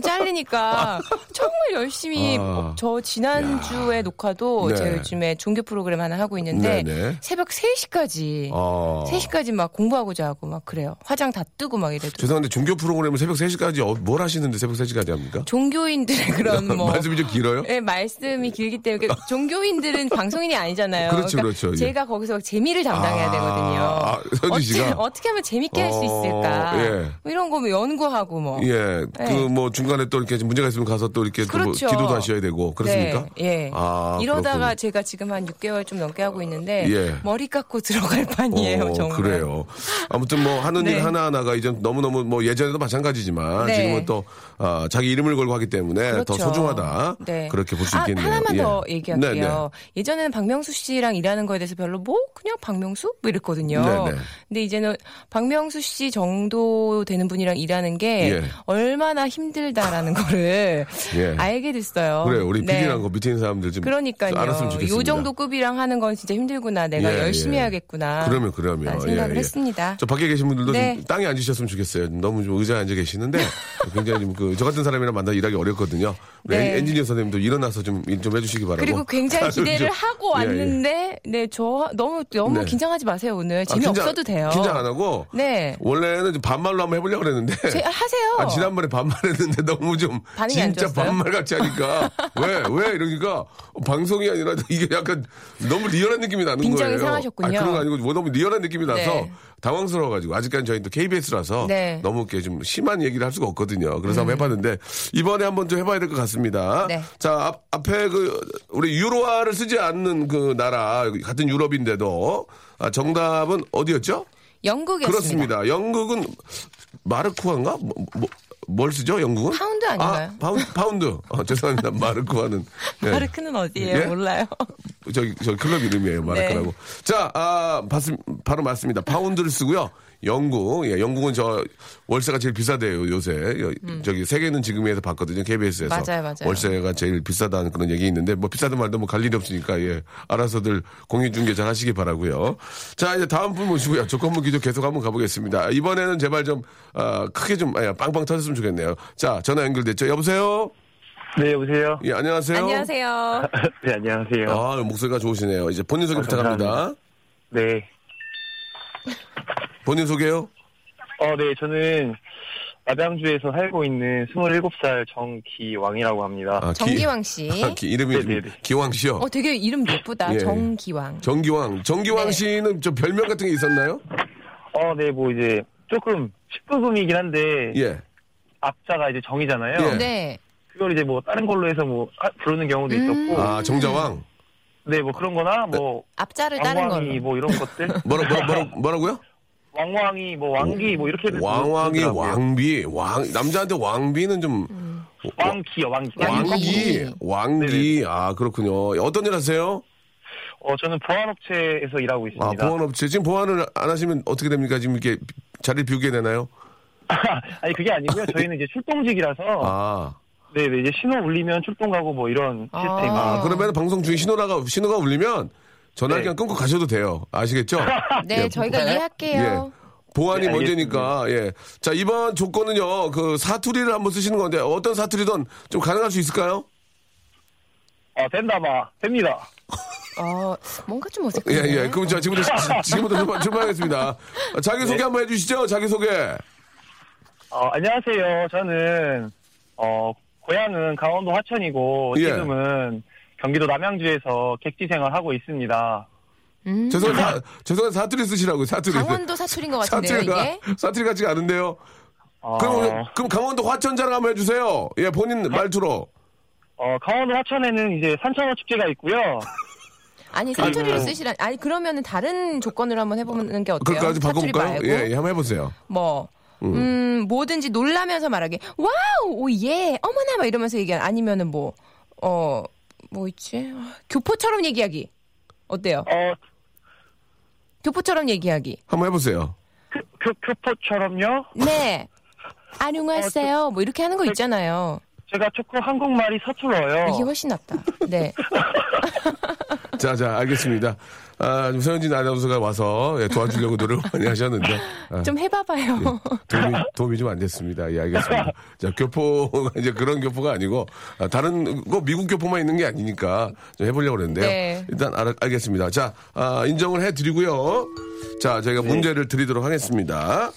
Speaker 4: 잘리니까 정말 열심히
Speaker 1: 아.
Speaker 4: 어, 저 지난주에 녹화도
Speaker 1: 네.
Speaker 4: 제가 요즘에 종교 프로그램 하나 하고 있는데
Speaker 1: 네네.
Speaker 4: 새벽 3시까지
Speaker 1: 아.
Speaker 4: 3시까지 막 공부하고 자고 막 그래요. 화장 다 뜨고 막 이래도
Speaker 1: 죄송한데 종교 프로그램을 새벽 3시까지 어, 뭘 하시는데 새벽 3시까지 합니까?
Speaker 4: 종교인들의 그런 뭐
Speaker 1: 말씀이 좀 길어요?
Speaker 4: 예, 말씀이 길기 때문에 그러니까 종교인들은 방송인이 아니잖아요.
Speaker 1: 그렇죠,
Speaker 4: 그러니까
Speaker 1: 그렇죠, 예.
Speaker 4: 제가 거기서 막 재미를 담당해야
Speaker 1: 아,
Speaker 4: 되거든요.
Speaker 1: 아, 서진 씨가?
Speaker 4: 어떻게, 어떻게 하면 재밌게 할 수
Speaker 1: 어,
Speaker 4: 있을까?
Speaker 1: 예.
Speaker 4: 뭐 이런 거뭐 연구하고 뭐.
Speaker 1: 예, 그
Speaker 4: 네.
Speaker 1: 뭐 중간에 또 이렇게 좀 문제가 있으면 가서 또 이렇게 또뭐
Speaker 4: 그렇죠.
Speaker 1: 기도도 하셔야 되고 그렇습니까?
Speaker 4: 네, 예.
Speaker 1: 아,
Speaker 4: 이러다가
Speaker 1: 그렇군요.
Speaker 4: 제가 지금 한 6개월 좀 넘게 하고 있는데
Speaker 1: 예.
Speaker 4: 머리 깎고 들어갈 판이에요,
Speaker 1: 어,
Speaker 4: 예, 정말.
Speaker 1: 그래요. 아무튼 뭐 하는
Speaker 4: 네.
Speaker 1: 일 하나하나가 이제 너무너무 뭐 예전에도 마찬가지지만
Speaker 4: 네.
Speaker 1: 지금은 또 아, 자기 이름을 걸고 하기 때문에 예, 더
Speaker 4: 그렇죠.
Speaker 1: 소중하다.
Speaker 4: 네.
Speaker 1: 그렇게 볼 수
Speaker 4: 아,
Speaker 1: 있겠네요.
Speaker 4: 하나만
Speaker 1: 예.
Speaker 4: 더 얘기할게요.
Speaker 1: 네, 네.
Speaker 4: 예전에는 박명수 씨랑 일하는 거에 대해서 별로 뭐 그냥 박명수 뭐 이랬거든요.
Speaker 1: 네, 네.
Speaker 4: 근데 이제는 박명수 씨 정도 되는 분이랑 일하는 게
Speaker 1: 예.
Speaker 4: 얼마나 힘들다라는 거를
Speaker 1: 예.
Speaker 4: 알게 됐어요.
Speaker 1: 그래 우리
Speaker 4: 네.
Speaker 1: 비디랑 거 밑에 있는 사람들 좀
Speaker 4: 그러니까요.
Speaker 1: 알았으면 좋겠습니다.
Speaker 4: 요 정도 급이랑 하는 건 진짜 힘들구나. 내가
Speaker 1: 예,
Speaker 4: 열심히
Speaker 1: 예.
Speaker 4: 해야겠구나.
Speaker 1: 그러면 그러면 예,
Speaker 4: 라는 아, 생각을
Speaker 1: 예.
Speaker 4: 했습니다.
Speaker 1: 저 밖에 계신 분들도
Speaker 4: 네.
Speaker 1: 좀 땅에 앉으셨으면 좋겠어요. 너무 좀 의자에 앉아 계시는데 굉장히 좀 그 저 같은 사람이랑 만나 일하기 어렵거든요. 우리
Speaker 4: 네.
Speaker 1: 엔지니어 선생님도 일어나서 좀 일 좀 해주시기 바라고.
Speaker 4: 그리고 굉장히
Speaker 1: 좀
Speaker 4: 기대를
Speaker 1: 좀-
Speaker 4: 하고
Speaker 1: 예, 예.
Speaker 4: 왔는데 네 저 너무 너무
Speaker 1: 네.
Speaker 4: 긴장하지 마세요 오늘
Speaker 1: 아,
Speaker 4: 재미 없어도 돼요.
Speaker 1: 긴장 안 하고
Speaker 4: 네.
Speaker 1: 원래는 좀 반말로 한번 해보려고 그랬는데
Speaker 4: 제- 하세요.
Speaker 1: 아, 지난번에 반말했는데 너무 좀
Speaker 4: 반응이 안
Speaker 1: 진짜
Speaker 4: 좋았어요?
Speaker 1: 반말 같이 하니까 왜 왜 이러니까 방송이 아니라 이게 약간 너무 리얼한 느낌이 나는
Speaker 4: 빈정이
Speaker 1: 거예요.
Speaker 4: 상하셨군요.
Speaker 1: 아, 그런 거 아니고 뭐 너무 리얼한 느낌이 나서
Speaker 4: 네.
Speaker 1: 당황스러워가지고 아직까지 저희는 또 KBS라서
Speaker 4: 네. 음.
Speaker 1: 너무 이렇게 좀 심한 얘기를 할 수가 없거든요. 그래서 한번 해봤는데 이번에 한번 좀 해봐야 될 것 같습니다.
Speaker 4: 네.
Speaker 1: 자 앞, 앞에 그 우리 유로화를 쓰지 않는 그 나라 같은 유럽인데도 아, 정답은 어디였죠?
Speaker 4: 영국이었습니다.
Speaker 1: 그렇습니다. 영국은 마르쿠아인가? 뭐, 뭐, 뭘 쓰죠? 영국은?
Speaker 4: 파운드 아닌가요?
Speaker 1: 아, 파운, 파운드. 어, 죄송합니다. 마르쿠아는. 예.
Speaker 4: 마르크는 어디예요?
Speaker 1: 예?
Speaker 4: 몰라요.
Speaker 1: 저기, 저 클럽 이름이에요. 마르크라고.
Speaker 4: 네.
Speaker 1: 맞습니다. 자, 아, 봤음, 바로 맞습니다. 파운드를 쓰고요. 영국, 예, 영국은 저 월세가 제일 비싸대요 요새. 여- 저기 세계는 지금에서 봤거든요 KBS에서.
Speaker 4: 음. 맞아요, 맞아요.
Speaker 1: 월세가 제일 비싸다는 그런 얘기 있는데 뭐 비싸든 말든 뭐 갈 일이 없으니까 예, 알아서들 공유 중계 잘 하시기 바라고요. 자, 이제 다음 분 모시고요. 조건부 기조 계속 한번 가보겠습니다. 이번에는 제발 좀 아, 크게 좀 아, 빵빵 터졌으면 좋겠네요. 자, 전화 연결됐죠. 여보세요.
Speaker 6: 네, 여보세요?
Speaker 1: 예, 안녕하세요.
Speaker 4: 안녕하세요.
Speaker 6: 네, 안녕하세요.
Speaker 1: 아, 목소리가 좋으시네요. 이제 본인 소개
Speaker 6: 아,
Speaker 1: 부탁합니다.
Speaker 6: 감사합니다. 네.
Speaker 1: 본인 소개요?
Speaker 6: 어, 네, 저는 남양주에서 살고 있는 27살 정기왕이라고 합니다.
Speaker 1: 아, 기-
Speaker 4: 정기왕 씨.
Speaker 1: 아, 기- 이름이 좀
Speaker 6: 네네네.
Speaker 1: 기왕 씨요.
Speaker 4: 어 되게 이름 예쁘다.
Speaker 1: 예.
Speaker 4: 정기왕.
Speaker 1: 정기왕. 정기왕
Speaker 4: 네.
Speaker 1: 씨는 저 별명 같은 게 있었나요?
Speaker 6: 어, 네, 뭐 이제 조금 19금이긴 한데
Speaker 1: 예.
Speaker 6: 앞자가 이제 정이잖아요.
Speaker 1: 예.
Speaker 4: 네.
Speaker 6: 그걸 이제 뭐 다른 걸로 해서 뭐 하- 부르는 경우도 있었고,
Speaker 1: 아, 정자왕.
Speaker 6: 네, 뭐 그런 거나 뭐
Speaker 4: 앞자를 네. 다른
Speaker 6: 왕왕이
Speaker 4: 걸로.
Speaker 6: 뭐 이런 것들.
Speaker 1: 뭐라, 뭐라, 뭐라, 뭐라고요?
Speaker 6: 왕왕이 뭐 왕기 뭐 이렇게
Speaker 1: 왕왕이
Speaker 6: 부르더라고요.
Speaker 1: 왕비. 왕, 남자한테 왕비는 좀.
Speaker 6: 왕기요 네, 왕기
Speaker 1: 왕기.
Speaker 4: 왕기.
Speaker 1: 왕기. 아, 그렇군요. 어떤 일 하세요?
Speaker 6: 어 저는 보안업체에서 일하고
Speaker 1: 아,
Speaker 6: 있습니다
Speaker 1: 보안업체. 지금 보안을 안 하시면 어떻게 됩니까? 지금 이렇게 자리를 비우게 되나요?
Speaker 6: 아니 그게 아니고요 저희는 이제 출동직이라서
Speaker 1: 아.
Speaker 6: 네네 이제 신호 울리면 출동 가고 뭐 이런
Speaker 4: 아.
Speaker 6: 시스템
Speaker 1: 아, 그러면 방송 중에 신호라가, 신호가 울리면 전화를
Speaker 6: 네.
Speaker 1: 그냥 끊고 가셔도 돼요. 아시겠죠?
Speaker 4: 네,
Speaker 1: 예.
Speaker 4: 저희가 이해할게요.
Speaker 1: 보안이
Speaker 6: 네,
Speaker 1: 먼저니까 예. 자 이번 조건은요 그 사투리를 한번 쓰시는 건데 어떤 사투리든 좀 가능할 수 있을까요?
Speaker 6: 아 된다 봐 됩니다
Speaker 4: 어 뭔가 좀 어색해.
Speaker 1: 예. 예예. 그럼 자 지금부터 시- 지금부터 출발, 출발하겠습니다. 자기
Speaker 4: 네.
Speaker 1: 소개 한번 해주시죠. 자기 소개.
Speaker 6: 어 안녕하세요 저는 어 고향은 강원도 화천이고
Speaker 1: 예.
Speaker 6: 지금은 경기도 남양주에서 객지 생활하고 있습니다
Speaker 4: 음,
Speaker 1: 죄송한 사, 죄송한 사투리 쓰시라고 사투리.
Speaker 4: 강원도 사투리인 것 같은데요
Speaker 1: 사투리가
Speaker 4: 이게.
Speaker 1: 사투리 같지가 않은데요.
Speaker 6: 어,
Speaker 1: 그럼 오늘- 그럼 강원도 화천 자랑 한번 해주세요. 예 본인
Speaker 4: 네.
Speaker 1: 말투로.
Speaker 6: 어, 강원도 화천에는 이제 산천어 축제가 있고요
Speaker 4: 아니 사투리를
Speaker 6: 아이고.
Speaker 4: 쓰시라. 아니 그러면은 다른 조건으로 한번 해보는 게 어때요?
Speaker 1: 그까지
Speaker 4: 사투리
Speaker 1: 바꿔볼까요?
Speaker 4: 말고
Speaker 1: 예, 예 한번 해보세요.
Speaker 4: 뭐. 음, 뭐든지 놀라면서 말하게. 와우, 오, 예, 어머나, 막 이러면서 얘기하 아니면은 뭐, 어, 뭐 있지? 아, 교포처럼 얘기하기. 어때요?
Speaker 6: 어
Speaker 4: 교포처럼 얘기하기.
Speaker 1: 한번 해보세요.
Speaker 6: 교, 그, 교, 교포처럼요
Speaker 4: 네. 안녕하세요. 뭐 이렇게 하는 거 있잖아요.
Speaker 6: 제가 조금 한국말이 서툴러요
Speaker 4: 아, 이게 훨씬 낫다. 네.
Speaker 1: 자, 자, 알겠습니다. 아, 지금 서현진 아나운서가 와서 예, 도와주려고 노력을 많이 하셨는데 아,
Speaker 4: 좀 해봐봐요.
Speaker 1: 예. 도움이, 도움이 좀 안 됐습니다. 예, 알겠습니다. 자, 교포가 이제 그런 교포가 아니고 아, 다른 거 미국 교포만 있는 게 아니니까 좀 해보려고 그랬는데요.
Speaker 4: 네.
Speaker 1: 일단 알, 알겠습니다. 자, 아, 인정을 해드리고요. 자, 저희가 문제를 드리도록 하겠습니다.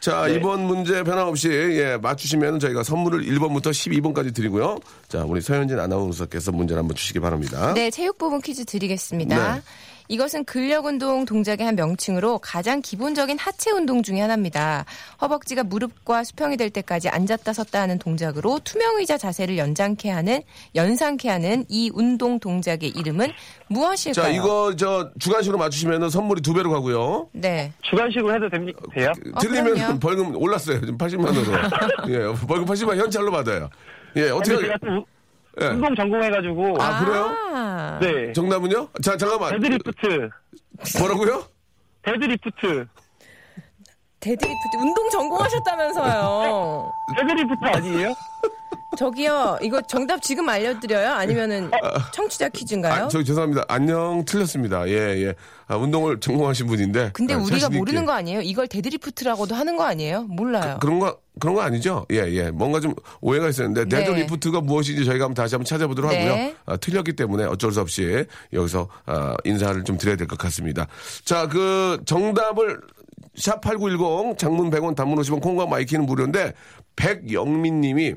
Speaker 1: 자, 이번 문제 변함없이 예, 맞추시면 저희가 선물을 1번부터 12번까지 드리고요. 자, 우리 서현진 아나운서께서 문제를 한번 주시기 바랍니다.
Speaker 4: 네, 체육 부분 퀴즈 드리겠습니다.
Speaker 1: 어? 네.
Speaker 4: 이것은 근력운동 동작의 한 명칭으로 가장 기본적인 하체 운동 중에 하나입니다. 허벅지가 무릎과 수평이 될 때까지 앉았다 섰다 하는 동작으로 투명의자 자세를 연장케 하는 연상케 하는 이 운동 동작의 이름은 무엇일까요?
Speaker 1: 자, 이거 저 주간식으로 맞추시면 선물이 두 배로 가고요.
Speaker 4: 네.
Speaker 6: 주간식으로 해도 됩니까? 돼요?
Speaker 4: 어,
Speaker 1: 틀리면
Speaker 4: 그럼요.
Speaker 1: 벌금 올랐어요. 지금 80만 원으로. 예, 벌금 80만 원 현찰로 받아요. 예,
Speaker 6: 근데
Speaker 1: 어떻게
Speaker 6: 제가 또 운-
Speaker 1: 예.
Speaker 6: 운동 전공해가지고
Speaker 1: 아, 그래요?
Speaker 4: 아.
Speaker 6: 네
Speaker 1: 정답은요? 자, 잠깐만. 그,
Speaker 6: 데드리프트
Speaker 1: 뭐라고요?
Speaker 6: 데드리프트
Speaker 4: 데드리프트 운동 전공하셨다면서요.
Speaker 6: 데드리프트 아니에요?
Speaker 4: 저기요. 이거 정답 지금 알려드려요? 아니면은 청취자 퀴즈인가요?
Speaker 1: 아, 저 죄송합니다. 안녕 틀렸습니다. 예, 예. 아, 운동을 전공하신 분인데.
Speaker 4: 근데
Speaker 1: 아,
Speaker 4: 우리가
Speaker 1: 자신 있게.
Speaker 4: 모르는 거 아니에요? 이걸 데드리프트라고도 하는 거 아니에요? 몰라요.
Speaker 1: 그런 거 그런 거 아니죠? 예, 예. 뭔가 좀 오해가 있었는데
Speaker 4: 네.
Speaker 1: 데드리프트가 무엇인지 저희가 한번 다시 한번 찾아보도록
Speaker 4: 네.
Speaker 1: 하고요. 아, 틀렸기 때문에 어쩔 수 없이 여기서 아, 인사를 좀 드려야 될 것 같습니다. 자, 그 정답을 샵 8910 장문 100원 단문 50원 콩과 마이키는 무료인데 백영민 님이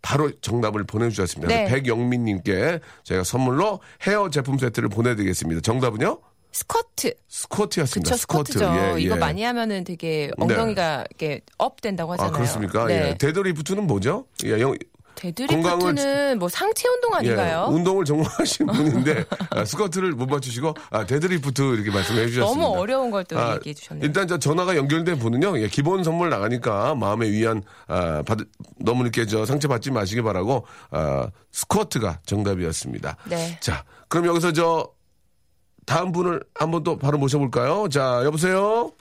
Speaker 1: 바로 정답을 보내주셨습니다.
Speaker 4: 네.
Speaker 1: 그래서 백영민 님께 저희가 선물로 헤어 제품 세트를 보내드리겠습니다. 정답은요?
Speaker 4: 스쿼트.
Speaker 1: 스쿼트였습니다.
Speaker 4: 그쵸, 스쿼트죠.
Speaker 1: 예,
Speaker 4: 이거
Speaker 1: 예.
Speaker 4: 많이 하면은 되게 엉덩이가 이렇게 업 된다고
Speaker 1: 아,
Speaker 4: 하잖아요.
Speaker 1: 그렇습니까?
Speaker 4: 네.
Speaker 1: 예. 데드리프트는 뭐죠? 예, 영, 건강을-
Speaker 4: 데드리프트는 뭐 상체 운동 아닌가요?
Speaker 1: 예, 운동을 전공하신 분인데 아, 스쿼트를 못 맞추시고 아, 데드리프트 이렇게 말씀해 주셨습니다.
Speaker 4: 너무 어려운 걸 또
Speaker 1: 아,
Speaker 4: 얘기해 주셨네요.
Speaker 1: 일단 저 전화가 연결된 분은요, 예, 기본 선물 나가니까 마음의 위안 아, 받, 너무 이렇게 저 상처 받지 마시기 바라고 아, 스쿼트가 정답이었습니다.
Speaker 4: 네.
Speaker 1: 자, 그럼 여기서 저 다음 분을 한번 또 바로 모셔볼까요? 자, 여보세요.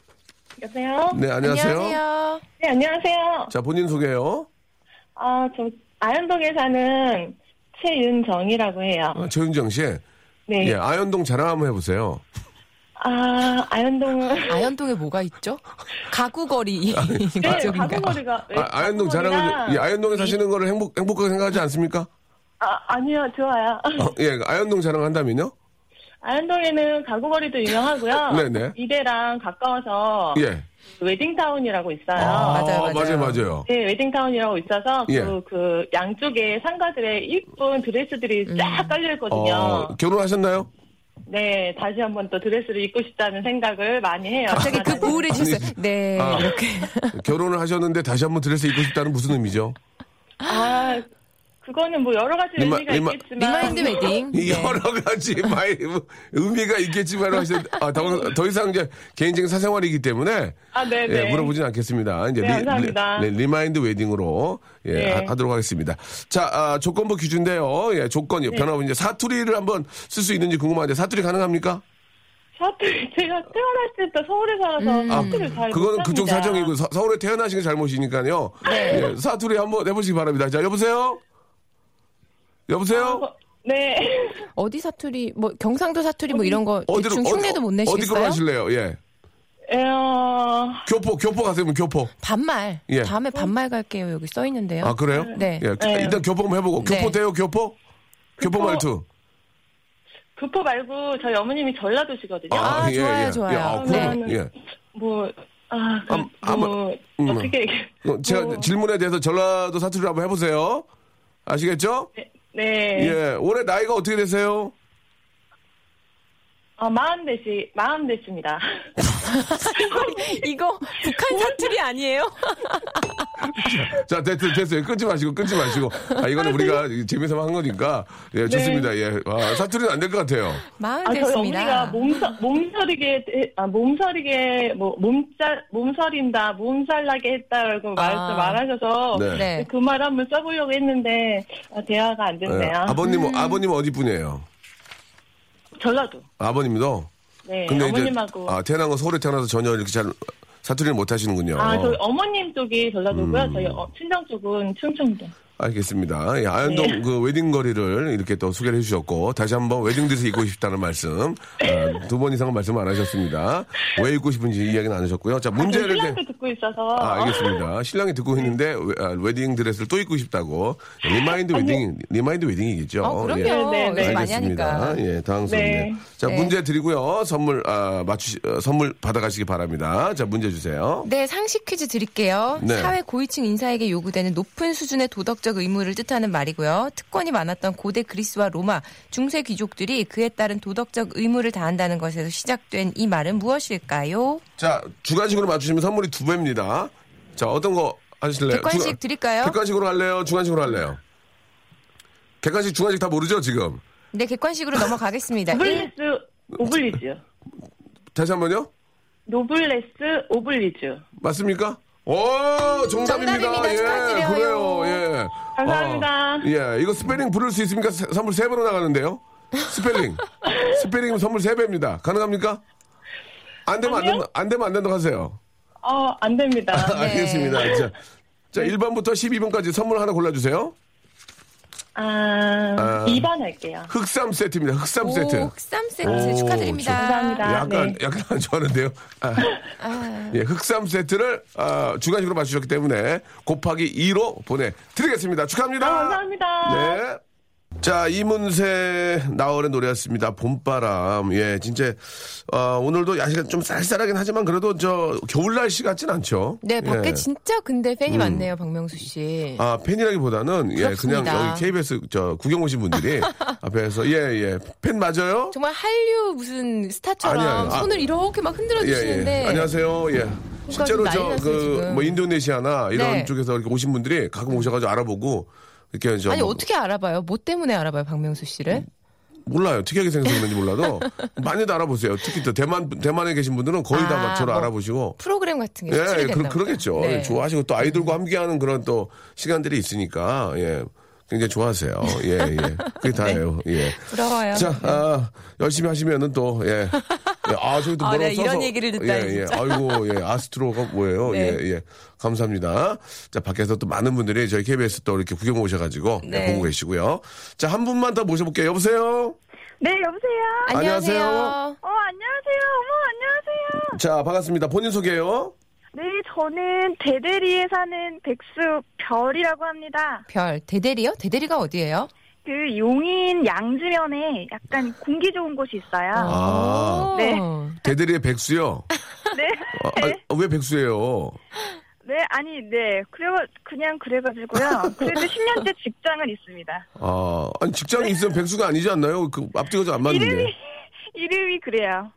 Speaker 5: 여보세요?
Speaker 1: 네, 안녕하세요.
Speaker 4: 안녕하세요.
Speaker 5: 네, 안녕하세요.
Speaker 1: 자, 본인 소개요.
Speaker 5: 아, 저 아현동에 사는 최윤정이라고 해요.
Speaker 1: 아, 최윤정 씨.
Speaker 5: 네.
Speaker 1: 예, 아현동 자랑 한번 해보세요.
Speaker 5: 아, 아현동은
Speaker 4: 아현동에 뭐가 있죠? 가구거리.
Speaker 5: 네,
Speaker 4: 쪽인가요?
Speaker 5: 가구거리가 왜
Speaker 1: 아, 아현동
Speaker 5: 가구거리나-
Speaker 1: 자랑은 이 아현동에
Speaker 4: 네.
Speaker 1: 사시는 거를 행복 행복하게 생각하지 않습니까?
Speaker 5: 아, 아니요, 좋아요.
Speaker 4: 음.
Speaker 1: 어, 예, 아현동 자랑한다면요?
Speaker 4: 어.
Speaker 5: 아현동에는 가구거리도 유명하고요.
Speaker 1: 네네.
Speaker 5: 이대랑 가까워서 그
Speaker 1: 예.
Speaker 5: 웨딩타운이라고 있어요.
Speaker 4: 맞아요, 맞아요.
Speaker 1: 맞아요, 맞아요.
Speaker 5: 네, 웨딩타운이라고 있어서 그,
Speaker 1: 예.
Speaker 5: 그 양쪽에 상가들의 이쁜 드레스들이
Speaker 4: 음.
Speaker 5: 쫙 깔려 있거든요.
Speaker 1: 어, 결혼하셨나요?
Speaker 5: 네, 다시 한번 또 드레스를 입고 싶다는 생각을 많이 해요.
Speaker 4: 갑자기 그 우울해지셨어요. 네,
Speaker 1: 아.
Speaker 4: 이렇게.
Speaker 1: 결혼을 하셨는데 다시 한번 드레스 입고 싶다는 무슨 의미죠?
Speaker 5: 아, 그거는 뭐 여러 가지
Speaker 1: 리마-
Speaker 5: 의미가
Speaker 1: 리마-
Speaker 5: 있겠지만.
Speaker 4: 리마인드 웨딩.
Speaker 1: 이
Speaker 4: 네.
Speaker 1: 여러 가지 마이 의미가 있겠지만 하셨 아, 더, 더 이상 이제 개인적인 사생활이기 때문에
Speaker 5: 아, 네,
Speaker 1: 예,
Speaker 5: 네.
Speaker 1: 물어보진 않겠습니다. 이제
Speaker 5: 네, 감사합니다.
Speaker 1: 리, 마인드 웨딩으로 예,
Speaker 5: 네.
Speaker 1: 하, 도록 하겠습니다. 자, 아, 조건부 기준인데요. 예,
Speaker 5: 네.
Speaker 1: 조건이 변함없이 이제 사투리를 한번 쓸 수 있는지 궁금한데 사투리 가능합니까?
Speaker 5: 사투리, 제가 태어났을 때부터 서울에 살아서
Speaker 4: 음.
Speaker 5: 음. 사투리를 잘
Speaker 1: 그거는
Speaker 5: 못합니다.
Speaker 1: 그쪽 사정이고 서, 서울에 태어나신 게 잘못이니까요.
Speaker 5: 네.
Speaker 1: 예, 사투리 한번 해보시기 바랍니다. 자 여보세요. 여보세요.
Speaker 5: 어, 네.
Speaker 4: 어디 사투리, 뭐 경상도 사투리 뭐 이런 거
Speaker 1: 어디로
Speaker 4: 대충 흉내도 못
Speaker 1: 어디 걸로
Speaker 4: 내시겠어요?
Speaker 1: 하실래요? 예.
Speaker 5: 에어,
Speaker 1: 교포 교포 가세요. 그럼 교포.
Speaker 4: 반말.
Speaker 1: 예.
Speaker 5: 어?
Speaker 4: 다음에 반말 갈게요. 여기 써 있는데요.
Speaker 1: 아 그래요?
Speaker 4: 네.
Speaker 1: 예,
Speaker 5: 네.
Speaker 1: 일단 교포 한번 해보고
Speaker 4: 네.
Speaker 1: 교포 돼요 교포? 교포
Speaker 5: 교포.
Speaker 1: 말투.
Speaker 5: 교포 말고 저희 어머님이 전라도시거든요.
Speaker 4: 아, 좋아요, 좋아요.
Speaker 1: 아,
Speaker 5: 네.
Speaker 1: 그러면, 예.
Speaker 5: 뭐, 아, 그,
Speaker 1: 아, 아마-
Speaker 5: 뭐,
Speaker 1: 음.
Speaker 5: 어떻게 얘기해.
Speaker 1: 어, 제가
Speaker 5: 뭐,
Speaker 1: 질문에 대해서 전라도 사투리를 한번 해보세요. 아시겠죠?
Speaker 5: 네.
Speaker 1: 예. 올해 나이가 어떻게 되세요?
Speaker 5: 아, 마음 대시, 마음 대시입니다.
Speaker 4: 이거 북한 사투리 아니에요?
Speaker 1: 자, 됐어요, 됐어요. 끊지 마시고, 끊지 마시고. 아, 이거는
Speaker 5: 네.
Speaker 1: 우리가 재미삼아 한 거니까. 예, 좋습니다. 예. 아, 사투리는 안 될 것 같아요.
Speaker 4: 마흔
Speaker 5: 아, 저희
Speaker 4: 됐습니다.
Speaker 5: 어머니가 몸서, 몸서리게, 해- 아, 몸서리게, 뭐, 몸살, 몸서린다, 몸살나게 했다라고 말,
Speaker 4: 아.
Speaker 5: 말하셔서.
Speaker 1: 네.
Speaker 4: 네.
Speaker 5: 그 말 한번 써보려고 했는데, 아, 대화가 안
Speaker 1: 예,
Speaker 5: 됐네요. 음.
Speaker 1: 아버님, 아버님 어디 분이에요?
Speaker 5: 전라도.
Speaker 1: 아버님도?
Speaker 5: 네. 어머님하고.
Speaker 1: 이제, 아, 태어난 건 서울에 태어나서 전혀 이렇게 잘 사투리를 못 하시는군요. 음.
Speaker 5: 아, 저희 어머님 쪽이 전라도고요. 저희 어, 친정 쪽은 충청도.
Speaker 1: 알겠습니다. 예, 아현동
Speaker 5: 네.
Speaker 1: 그 웨딩 거리를 이렇게 또 소개를 해주셨고 다시 한번 웨딩 드레스 입고 싶다는 말씀 어, 두 번 이상은 말씀 안 하셨습니다. 왜 입고 싶은지 이야기는 안 하셨고요.
Speaker 4: 아,
Speaker 1: 자 문제를 이렇게-
Speaker 5: 네, 신랑도 듣고 있어서.
Speaker 1: 아, 알겠습니다. 신랑이
Speaker 4: 네.
Speaker 1: 듣고 있는데 웨, 딩 드레스를 또 입고 싶다고 리마인드 웨딩 리마인드 웨딩이겠죠.
Speaker 4: 어, 그럼요.
Speaker 1: 예.
Speaker 5: 네, 네,
Speaker 4: 이거
Speaker 5: 네.
Speaker 4: 많이 하니까.
Speaker 1: 알겠습니다. 예, 당황스럽네요.
Speaker 5: 네.
Speaker 1: 자,
Speaker 4: 네.
Speaker 1: 문제 드리고요. 선물 아, 맞추시 어, 선물 받아 가시기 바랍니다. 자, 문제 주세요.
Speaker 4: 네, 상식 퀴즈 드릴게요.
Speaker 1: 네.
Speaker 4: 사회 고위층 인사에게 요구되는 높은 수준의 도덕적 도덕적 의무를 뜻하는 말이고요. 특권이 많았던 고대 그리스와 로마, 중세 귀족들이 그에 따른 도덕적 의무를 다한다는 것에서 시작된 이 말은 무엇일까요?
Speaker 1: 자, 주간식으로 맞추시면 선물이 두 배입니다. 자, 어떤 거 하실래요?
Speaker 4: 객관식
Speaker 1: 주간-
Speaker 4: 드릴까요?
Speaker 1: 객관식으로 할래요? 주간식으로 할래요? 객관식, 주간식 다 모르죠, 지금?
Speaker 4: 네, 객관식으로 넘어가겠습니다. 일-
Speaker 5: 노블레스 오블리주.
Speaker 1: 다시 한 번요?
Speaker 5: 노블레스 오블리주.
Speaker 1: 맞습니까? 오, 정답입니다.
Speaker 4: 정답입니다.
Speaker 1: 예,
Speaker 4: 축하드려요.
Speaker 1: 그래요. 예.
Speaker 5: 감사합니다.
Speaker 1: 아, 예, 이거 스펠링 부를 수 있습니까? 세- 선물 세 배로 나가는데요. 스펠링. 스펠링 선물 세 배입니다. 가능합니까? 안 되면 안
Speaker 5: 아니요.
Speaker 1: 된다, 안 되면 안 된다고 하세요.
Speaker 5: 어, 안 됩니다.
Speaker 1: 아,
Speaker 4: 네.
Speaker 1: 알겠습니다. 자, 자, 1번부터 12번까지 선물 하나 골라주세요.
Speaker 5: 아, 2번 할게요.
Speaker 1: 흑삼 세트입니다. 흑삼 세트.
Speaker 4: 오, 쌈
Speaker 1: 오,
Speaker 4: 세트 축하드립니다.
Speaker 5: 감사합니다.
Speaker 1: 약간,
Speaker 5: 네.
Speaker 1: 약간 안 좋아하는데요. 아. 예, 흑삼 세트를 아, 주간식으로 맞추셨기 때문에 곱하기 2로 보내드리겠습니다. 축하합니다.
Speaker 5: 아, 감사합니다.
Speaker 1: 네. 자, 이문세 나월의 노래였습니다. 봄바람. 예, 진짜, 어, 오늘도 야시가 좀 쌀쌀하긴 하지만 그래도 저 겨울 날씨 같진 않죠.
Speaker 4: 네, 밖에
Speaker 1: 예. 음.
Speaker 4: 진짜 근데 팬이 많네요, 박명수 씨.
Speaker 1: 아, 팬이라기보다는, 예, 그냥
Speaker 4: 부럽습니다.
Speaker 1: 여기 KBS 저 구경 오신 분들이 앞에서, 예, 예. 팬 맞아요?
Speaker 4: 정말 한류 무슨 스타처럼
Speaker 1: 아니, 아니, 아.
Speaker 4: 손을 이렇게 막 흔들어 주시는데
Speaker 1: 예, 예. 안녕하세요. 예. 실제로
Speaker 4: 난리
Speaker 1: 저,
Speaker 4: 났어요,
Speaker 1: 그,
Speaker 4: 지금.
Speaker 1: 뭐, 인도네시아나 이런
Speaker 4: 네.
Speaker 1: 쪽에서 이렇게 오신 분들이 가끔 오셔가지고 알아보고, 이렇게 저.
Speaker 4: 아니
Speaker 1: 뭐-
Speaker 4: 어떻게 알아봐요? 뭐 때문에 알아봐요, 박명수 씨를?
Speaker 1: 몰라요. 특이하게 생겨서 그런지 몰라도. 많이도 알아보세요. 특히 또 대만, 대만에 계신 분들은 거의 다
Speaker 4: 아,
Speaker 1: 막 저를
Speaker 4: 뭐. 네,
Speaker 1: 알아보시고.
Speaker 4: 프로그램 음. 같은 게 네.
Speaker 1: 예,
Speaker 4: 수출이
Speaker 1: 예,
Speaker 4: 된다.
Speaker 1: 그, 그러겠죠. 예, 좋아하시고 또 아이돌과 함께하는 그런 또 시간들이 있으니까, 예. 굉장히 좋아하세요. 예, 예.
Speaker 4: 네.
Speaker 1: 그게 다예요. 예.
Speaker 4: 부러워요.
Speaker 1: 자, 아, 열심히 하시면은 또, 예. 예, 아, 저기 또
Speaker 4: 아,
Speaker 1: 뭐라고
Speaker 4: 네,
Speaker 1: 써서.
Speaker 4: 이런 얘기를 듣다니,
Speaker 1: 예, 예.
Speaker 4: 진짜.
Speaker 1: 아이고, 예. 아스트로가 뭐예요?
Speaker 4: 네.
Speaker 1: 예, 예. 감사합니다. 자, 밖에서 또 많은 분들이 저희 KBS 또 이렇게 구경 오셔가지고 예,
Speaker 4: 네.
Speaker 1: 보고 계시고요. 자, 한 분만 더 모셔볼게요. 여보세요?
Speaker 5: 네, 여보세요?
Speaker 1: 안녕하세요. 아,
Speaker 5: 어, 안녕하세요. 어머, 안녕하세요.
Speaker 1: 자, 반갑습니다. 본인 소개요.
Speaker 5: 네, 저는 대대리에 사는 백수 별이라고 합니다.
Speaker 4: 별 대대리요? 대대리가 어디예요?
Speaker 5: 그 용인 양지면에 약간 공기 좋은 곳이 있어요.
Speaker 1: 아.
Speaker 4: 오.
Speaker 5: 네.
Speaker 1: 대대리의 백수요.
Speaker 5: 네.
Speaker 1: 아, 아, 왜 백수예요?
Speaker 5: 네, 아니, 네. 그래, 그냥 그래가지고요. 그래도 10년째 직장은 있습니다.
Speaker 1: 아, 아니 직장에 있으면 백수가 아니지 않나요? 그 앞뒤가 좀 안 맞는데.
Speaker 5: 이름이, 이름이 그래요.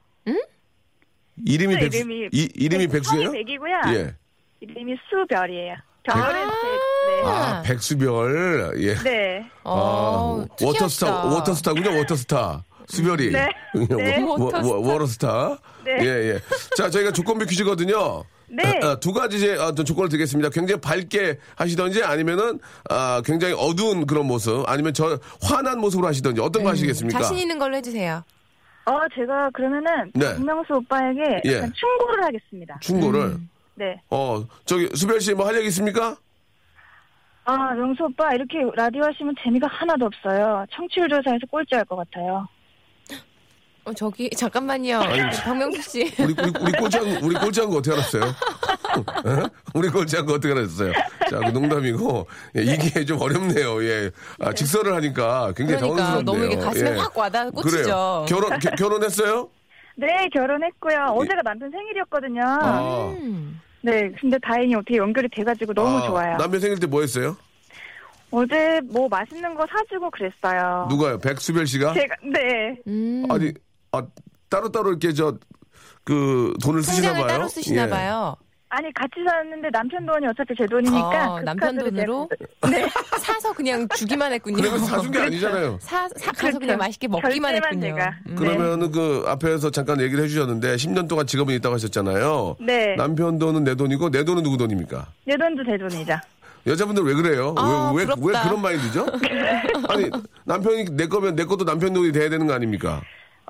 Speaker 1: 이름이 백수.
Speaker 5: 네, 이름이-
Speaker 1: 이, 이름이 백수예요?
Speaker 5: 성이 백이고요.
Speaker 1: 예.
Speaker 5: 이름이 수별이에요. 별은 네.
Speaker 1: 아, 백수별. 예.
Speaker 5: 백. 네. 네.
Speaker 4: 어,
Speaker 1: 아,
Speaker 4: 특이하시다.
Speaker 1: 워터스타, 워터스타군요, 워터스타. 수별이.
Speaker 5: 네. 네.
Speaker 1: 워- 워- 워- 워터스타.
Speaker 5: 네.
Speaker 1: 예, 예. 자, 저희가 조건비 퀴즈거든요.
Speaker 5: 네.
Speaker 1: 아, 아, 두 가지 이제 아, 또 조건을 드리겠습니다. 굉장히 밝게 하시던지 아니면은 아, 굉장히 어두운 그런 모습 아니면 저 화난 모습으로 하시던지 어떤 거 하시겠습니까?
Speaker 4: 음, 자신 있는 걸로 해주세요.
Speaker 5: 어, 제가 그러면은
Speaker 1: 네.
Speaker 5: 박명수 오빠에게
Speaker 1: 예.
Speaker 5: 약간 충고를 하겠습니다.
Speaker 1: 충고를.
Speaker 4: 음.
Speaker 5: 네.
Speaker 1: 어, 저기 수별 씨 뭐 할 얘기 있습니까?
Speaker 5: 아, 명수 오빠 이렇게 라디오 하시면 재미가 하나도 없어요. 청취율 조사에서 꼴찌할 것 같아요.
Speaker 4: 어, 저기 잠깐만요, 박명수 씨.
Speaker 1: 우리 우리 우리 꼴찌한 우리 꼴찌한 거 어떻게 알았어요? 에? 우리 꼴찌한 거 어떻게 알았어요? 자, 그 농담이고 예, 이게 좀 어렵네요. 예, 아, 직설을 하니까 굉장히
Speaker 4: 그러니까
Speaker 1: 당황스럽네요. 예.
Speaker 4: 너무 이게 가슴에 확 와닿
Speaker 1: 그래요.
Speaker 4: 꽂히죠.
Speaker 1: 결혼 겨- 결혼했어요?
Speaker 5: 네, 결혼했고요. 어제가 남편 생일이었거든요.
Speaker 1: 예. 아,
Speaker 4: 음.
Speaker 5: 네, 근데 다행히 어떻게 연결이 돼가지고 너무
Speaker 1: 아,
Speaker 5: 좋아요.
Speaker 1: 남편 생일 때 뭐 했어요?
Speaker 5: 어제 뭐 맛있는 거 사주고 그랬어요.
Speaker 1: 누가요? 백수별 씨가?
Speaker 5: 제가, 네.
Speaker 4: 음.
Speaker 1: 아니, 아, 따로 따로 이렇게 저 그 돈을 쓰시나
Speaker 4: 통장을
Speaker 1: 봐요.
Speaker 4: 따로 쓰시나
Speaker 1: 예.
Speaker 4: 봐요.
Speaker 5: 아니, 같이 샀는데 남편 돈이 어차피 제 돈이니까.
Speaker 4: 어,
Speaker 5: 그 네.
Speaker 4: 남편
Speaker 5: 카드를
Speaker 4: 돈으로 사서 그냥 주기만 했군요.
Speaker 1: 그러면 사준 게
Speaker 4: 그러니까.
Speaker 1: 아니잖아요.
Speaker 4: 사, 사 가서
Speaker 5: 그렇죠.
Speaker 4: 그냥 맛있게 먹기만
Speaker 5: 결제만
Speaker 4: 했군요.
Speaker 5: 제가.
Speaker 4: 음.
Speaker 1: 그러면은 그 앞에서 잠깐 얘기를 해주셨는데 10년 동안 직업은 있다고 하셨잖아요.
Speaker 5: 네.
Speaker 1: 남편 돈은 내 돈이고 내 돈은 누구 돈입니까?
Speaker 5: 내- 내 돈도 제 돈이죠.
Speaker 1: 여자분들 왜 그래요?
Speaker 4: 아,
Speaker 1: 왜, 왜, 왜
Speaker 4: 부럽다.
Speaker 1: 그런 마인드죠? 아니, 남편이 내 거면 내 것도 남편 돈이 돼야 되는 거 아닙니까?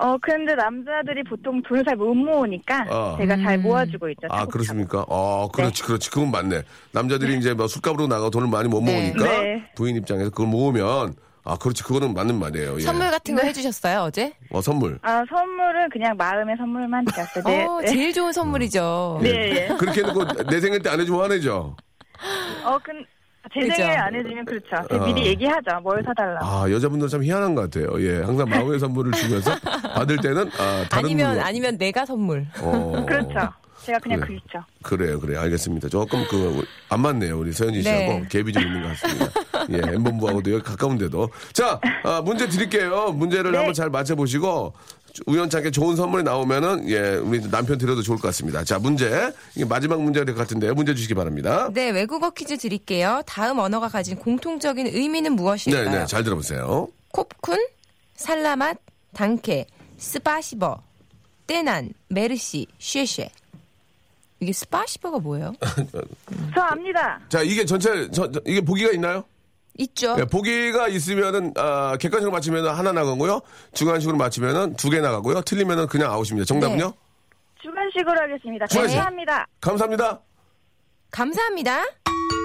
Speaker 5: 어, 근데 남자들이 보통 돈을 잘 못 모으니까
Speaker 1: 아.
Speaker 5: 제가 잘
Speaker 4: 음.
Speaker 5: 모아주고 있죠.
Speaker 1: 아,
Speaker 5: 차곡차곡.
Speaker 1: 그렇습니까? 아, 그렇지, 그렇지. 그건 맞네. 남자들이 이제 막 술값으로 나가 돈을 많이 못
Speaker 4: 네.
Speaker 1: 모으니까
Speaker 5: 네.
Speaker 1: 부인 입장에서 그걸 모으면 아, 그렇지. 그거는 맞는 말이에요. 예.
Speaker 4: 선물 같은
Speaker 5: 네.
Speaker 4: 거 해주셨어요 어제?
Speaker 1: 어, 선물.
Speaker 5: 아, 선물은 그냥 마음의 선물만 드렸어요. 네.
Speaker 4: 어,
Speaker 5: 네.
Speaker 4: 제일 좋은 선물이죠.
Speaker 1: 음.
Speaker 5: 네, 예.
Speaker 1: 그렇게 해놓고 내 생일 때 안 해주면 화내죠.
Speaker 5: 어, 근
Speaker 4: 그죠?
Speaker 5: 재생을 안 해주면 그렇죠. 그 미리 얘기하죠. 뭘 사달라고.
Speaker 1: 어. 아, 여자분들 참 희한한 것 같아요. 예. 항상 마음의 선물을 주면서 받을 때는, 아, 다른.
Speaker 4: 아니면
Speaker 1: 분과-
Speaker 4: 아니면 내가 선물.
Speaker 1: 어.
Speaker 5: 그렇죠. 제가 그냥
Speaker 1: 그래요.
Speaker 5: 글죠.
Speaker 1: 그래요, 그래요. 알겠습니다. 조금 그, 안 맞네요. 우리 서현진 씨하고
Speaker 4: 네.
Speaker 1: 갭이 좀 있는 것 같습니다. 예, M본부하고도 여기 가까운데도. 자, 아, 문제 드릴게요. 문제를
Speaker 5: 네.
Speaker 1: 한번 잘 맞춰보시고, 우연찮게 좋은 선물이 나오면은, 예, 우리 남편 드려도 좋을 것 같습니다. 자, 문제. 이게 마지막 문제일 것 같은데, 문제 주시기 바랍니다.
Speaker 4: 네, 외국어 퀴즈 드릴게요. 다음 언어가 가진 공통적인 의미는
Speaker 1: 네,
Speaker 4: 무엇일까요?
Speaker 1: 네, 잘 들어보세요.
Speaker 4: 콥쿤, 살라맛, 당케, 스파시버, 떼난, 메르시, 쉐쉐. 이게 스파시버가 뭐예요?
Speaker 5: 저 압니다.
Speaker 1: 자, 이게 전체, 저- 저- 이게 보기가 있나요?
Speaker 4: 있죠.
Speaker 1: 예, 보기가 있으면은 아, 객관식으로 맞추면 하나 나가고요. 주관식으로 맞추면은 두 개 나가고요. 틀리면은 그냥 아웃입니다. 정답은요?
Speaker 4: 네.
Speaker 5: 주관식으로 하겠습니다.
Speaker 1: 주관식.
Speaker 5: 감사합니다.
Speaker 1: 감사합니다.
Speaker 4: 감사합니다.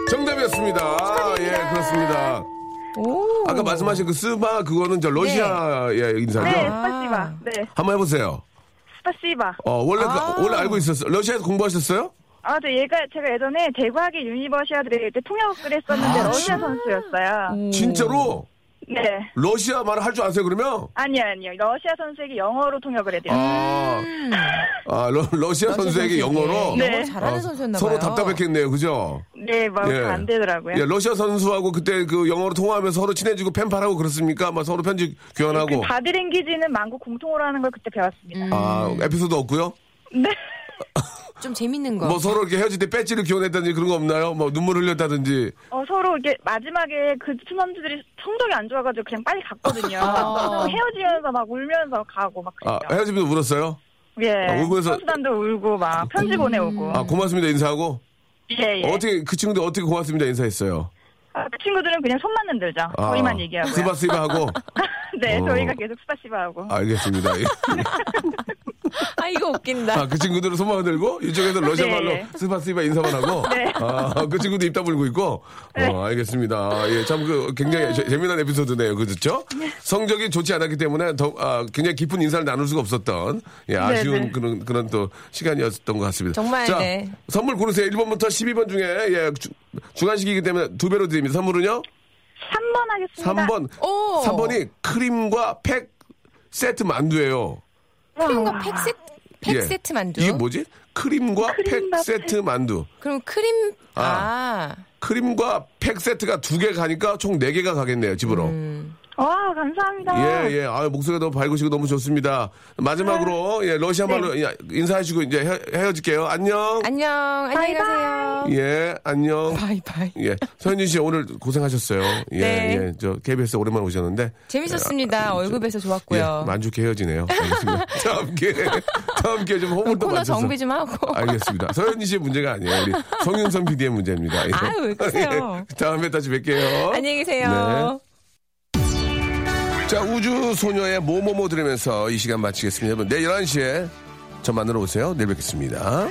Speaker 1: 정답이었습니다. 예, 그렇습니다.
Speaker 4: 오.
Speaker 1: 아까 말씀하신 그 스바 그거는 저 러시아의 인사죠.
Speaker 5: 네,
Speaker 4: 아.
Speaker 5: 스파시바. 네,
Speaker 1: 한번 해보세요.
Speaker 5: 스파시바.
Speaker 1: 어, 원래 그-
Speaker 4: 아.
Speaker 1: 원래 알고 있었어요. 러시아에서 공부하셨어요?
Speaker 5: 아, 저 얘가 제가 예전에 대구학의 유니버시아드에 때 통역을 했었는데 러시아 선수였어요.
Speaker 4: 음.
Speaker 1: 진짜로
Speaker 5: 네.
Speaker 1: 러시아 말을 할 줄 아세요? 그러면?
Speaker 5: 아니요, 아니요. 러시아 선수에게 영어로 통역을 해요.
Speaker 1: 아, 아, 러, 시아 선수에게 영어로
Speaker 5: 네.
Speaker 4: 영어 잘하는
Speaker 1: 어,
Speaker 4: 선수였나 봐요.
Speaker 1: 서로 답답했겠네요, 그죠?
Speaker 5: 네, 뭐,
Speaker 1: 예.
Speaker 5: 잘안 되더라고요.
Speaker 1: 예, 러시아 선수하고 그때 그 영어로 통화하면서 서로 친해지고 팬팔하고 그렇습니까? 막 서로 편지 교환하고.
Speaker 5: 그 바드링기지는 망고 공통으로 하는 걸 그때 배웠습니다.
Speaker 1: 아, 에피소드 없고요.
Speaker 5: 네.
Speaker 4: 좀 재밌는
Speaker 5: 그
Speaker 4: 거.
Speaker 1: 뭐 서로 이렇게 헤어질 때 배지를 교환했다든지 그런 거 없나요? 뭐 눈물 흘렸다든지.
Speaker 5: 어, 서로 이게 마지막에 그 팀원들이 성적이 안 좋아가지고 그냥 빨리 갔거든요. 그래서 헤어지면서 막 울면서 가고 막
Speaker 1: 아,
Speaker 5: 그랬죠.
Speaker 1: 헤어지면서 울었어요?
Speaker 5: 예.
Speaker 1: 아, 울면서-
Speaker 5: 선수단도 울고 막 편지 보내오고.
Speaker 1: 아, 고맙습니다 인사하고.
Speaker 5: 음. 예, 예.
Speaker 1: 어떻게 그 친구들 어떻게 고맙습니다 인사했어요?
Speaker 5: 아, 그 친구들은 그냥 손만 흔들죠.
Speaker 1: 아,
Speaker 5: 저희만 얘기하고.
Speaker 1: 스바스바 하고.
Speaker 5: 네,
Speaker 1: 어.
Speaker 5: 저희가 계속 스파시바하고.
Speaker 1: 알겠습니다. 예.
Speaker 4: 아, 이거 웃긴다.
Speaker 1: 아, 그 친구들은 손만 흔들고 이쪽에서 러시아
Speaker 5: 네,
Speaker 1: 말로
Speaker 5: 예.
Speaker 1: 스바스바 인사만 하고.
Speaker 5: 네.
Speaker 1: 아, 그 친구도 입 다물고 있고. 어, 알겠습니다. 아, 예, 참 그 굉장히 재- 재미난 에피소드네요. 그렇죠? 성적이 좋지 않았기 때문에 더 아, 굉장히 깊은 인사를 나눌 수가 없었던 예, 아쉬운
Speaker 5: 네.
Speaker 1: 그런 그런 또 시간이었던 것 같습니다.
Speaker 4: 정말,
Speaker 1: 자,
Speaker 4: 네.
Speaker 1: 선물 고르세요. 1번부터 12번 중에 예, 주- 중간식이기 때문에 두 배로 드립니다. 선물은요?
Speaker 5: 3번 하겠습니다.
Speaker 1: 3번.
Speaker 4: 오.
Speaker 1: 3번이 크림과 팩 세트 만두예요.
Speaker 4: 크림과 팩 세트, 팩
Speaker 1: 예.
Speaker 4: 세트 만두.
Speaker 1: 이게 뭐지? 크림과,
Speaker 5: 크림과
Speaker 1: 팩 세트 만두.
Speaker 4: 그럼 크림, 아.
Speaker 1: 크림과 팩 세트가 두 개 가니까 총 네 개가 가겠네요, 집으로.
Speaker 4: 음.
Speaker 5: 와, 감사합니다.
Speaker 1: 예, 예. 아 목소리가 너무 밝으시고 너무 좋습니다. 마지막으로, 예, 러시아 말로 예, 인사하시고 이제 헤, 헤어질게요. 안녕.
Speaker 4: 안녕, 안녕히 가세요.
Speaker 1: 예, 안녕.
Speaker 4: 바이바이.
Speaker 1: 예. 서현진 씨 오늘 고생하셨어요. 예,
Speaker 4: 네.
Speaker 1: 예. 저 KBS 오랜만에 오셨는데.
Speaker 4: 재밌었습니다. 얼굴 뵈서 좋았고요.
Speaker 1: 예, 안 좋게 헤어지네요. 알겠습니다. 다음 기회에, 다음 기회에 좀 호흡을 더
Speaker 4: 코너
Speaker 1: 맞춰서.
Speaker 4: 정비 좀 하고.
Speaker 1: 알겠습니다. 서현진 씨의 문제가 아니에요. 우리 성윤선 PD의 문제입니다. 예.
Speaker 4: 아유, 왜 그러세요?
Speaker 1: 예. 다음에 다시 뵐게요.
Speaker 4: 안녕히 계세요.
Speaker 1: 자, 우주소녀의 모모모 들으면서 이 시간 마치겠습니다. 여러분, 내일 11시에 저만으로 오세요. 내일 뵙겠습니다.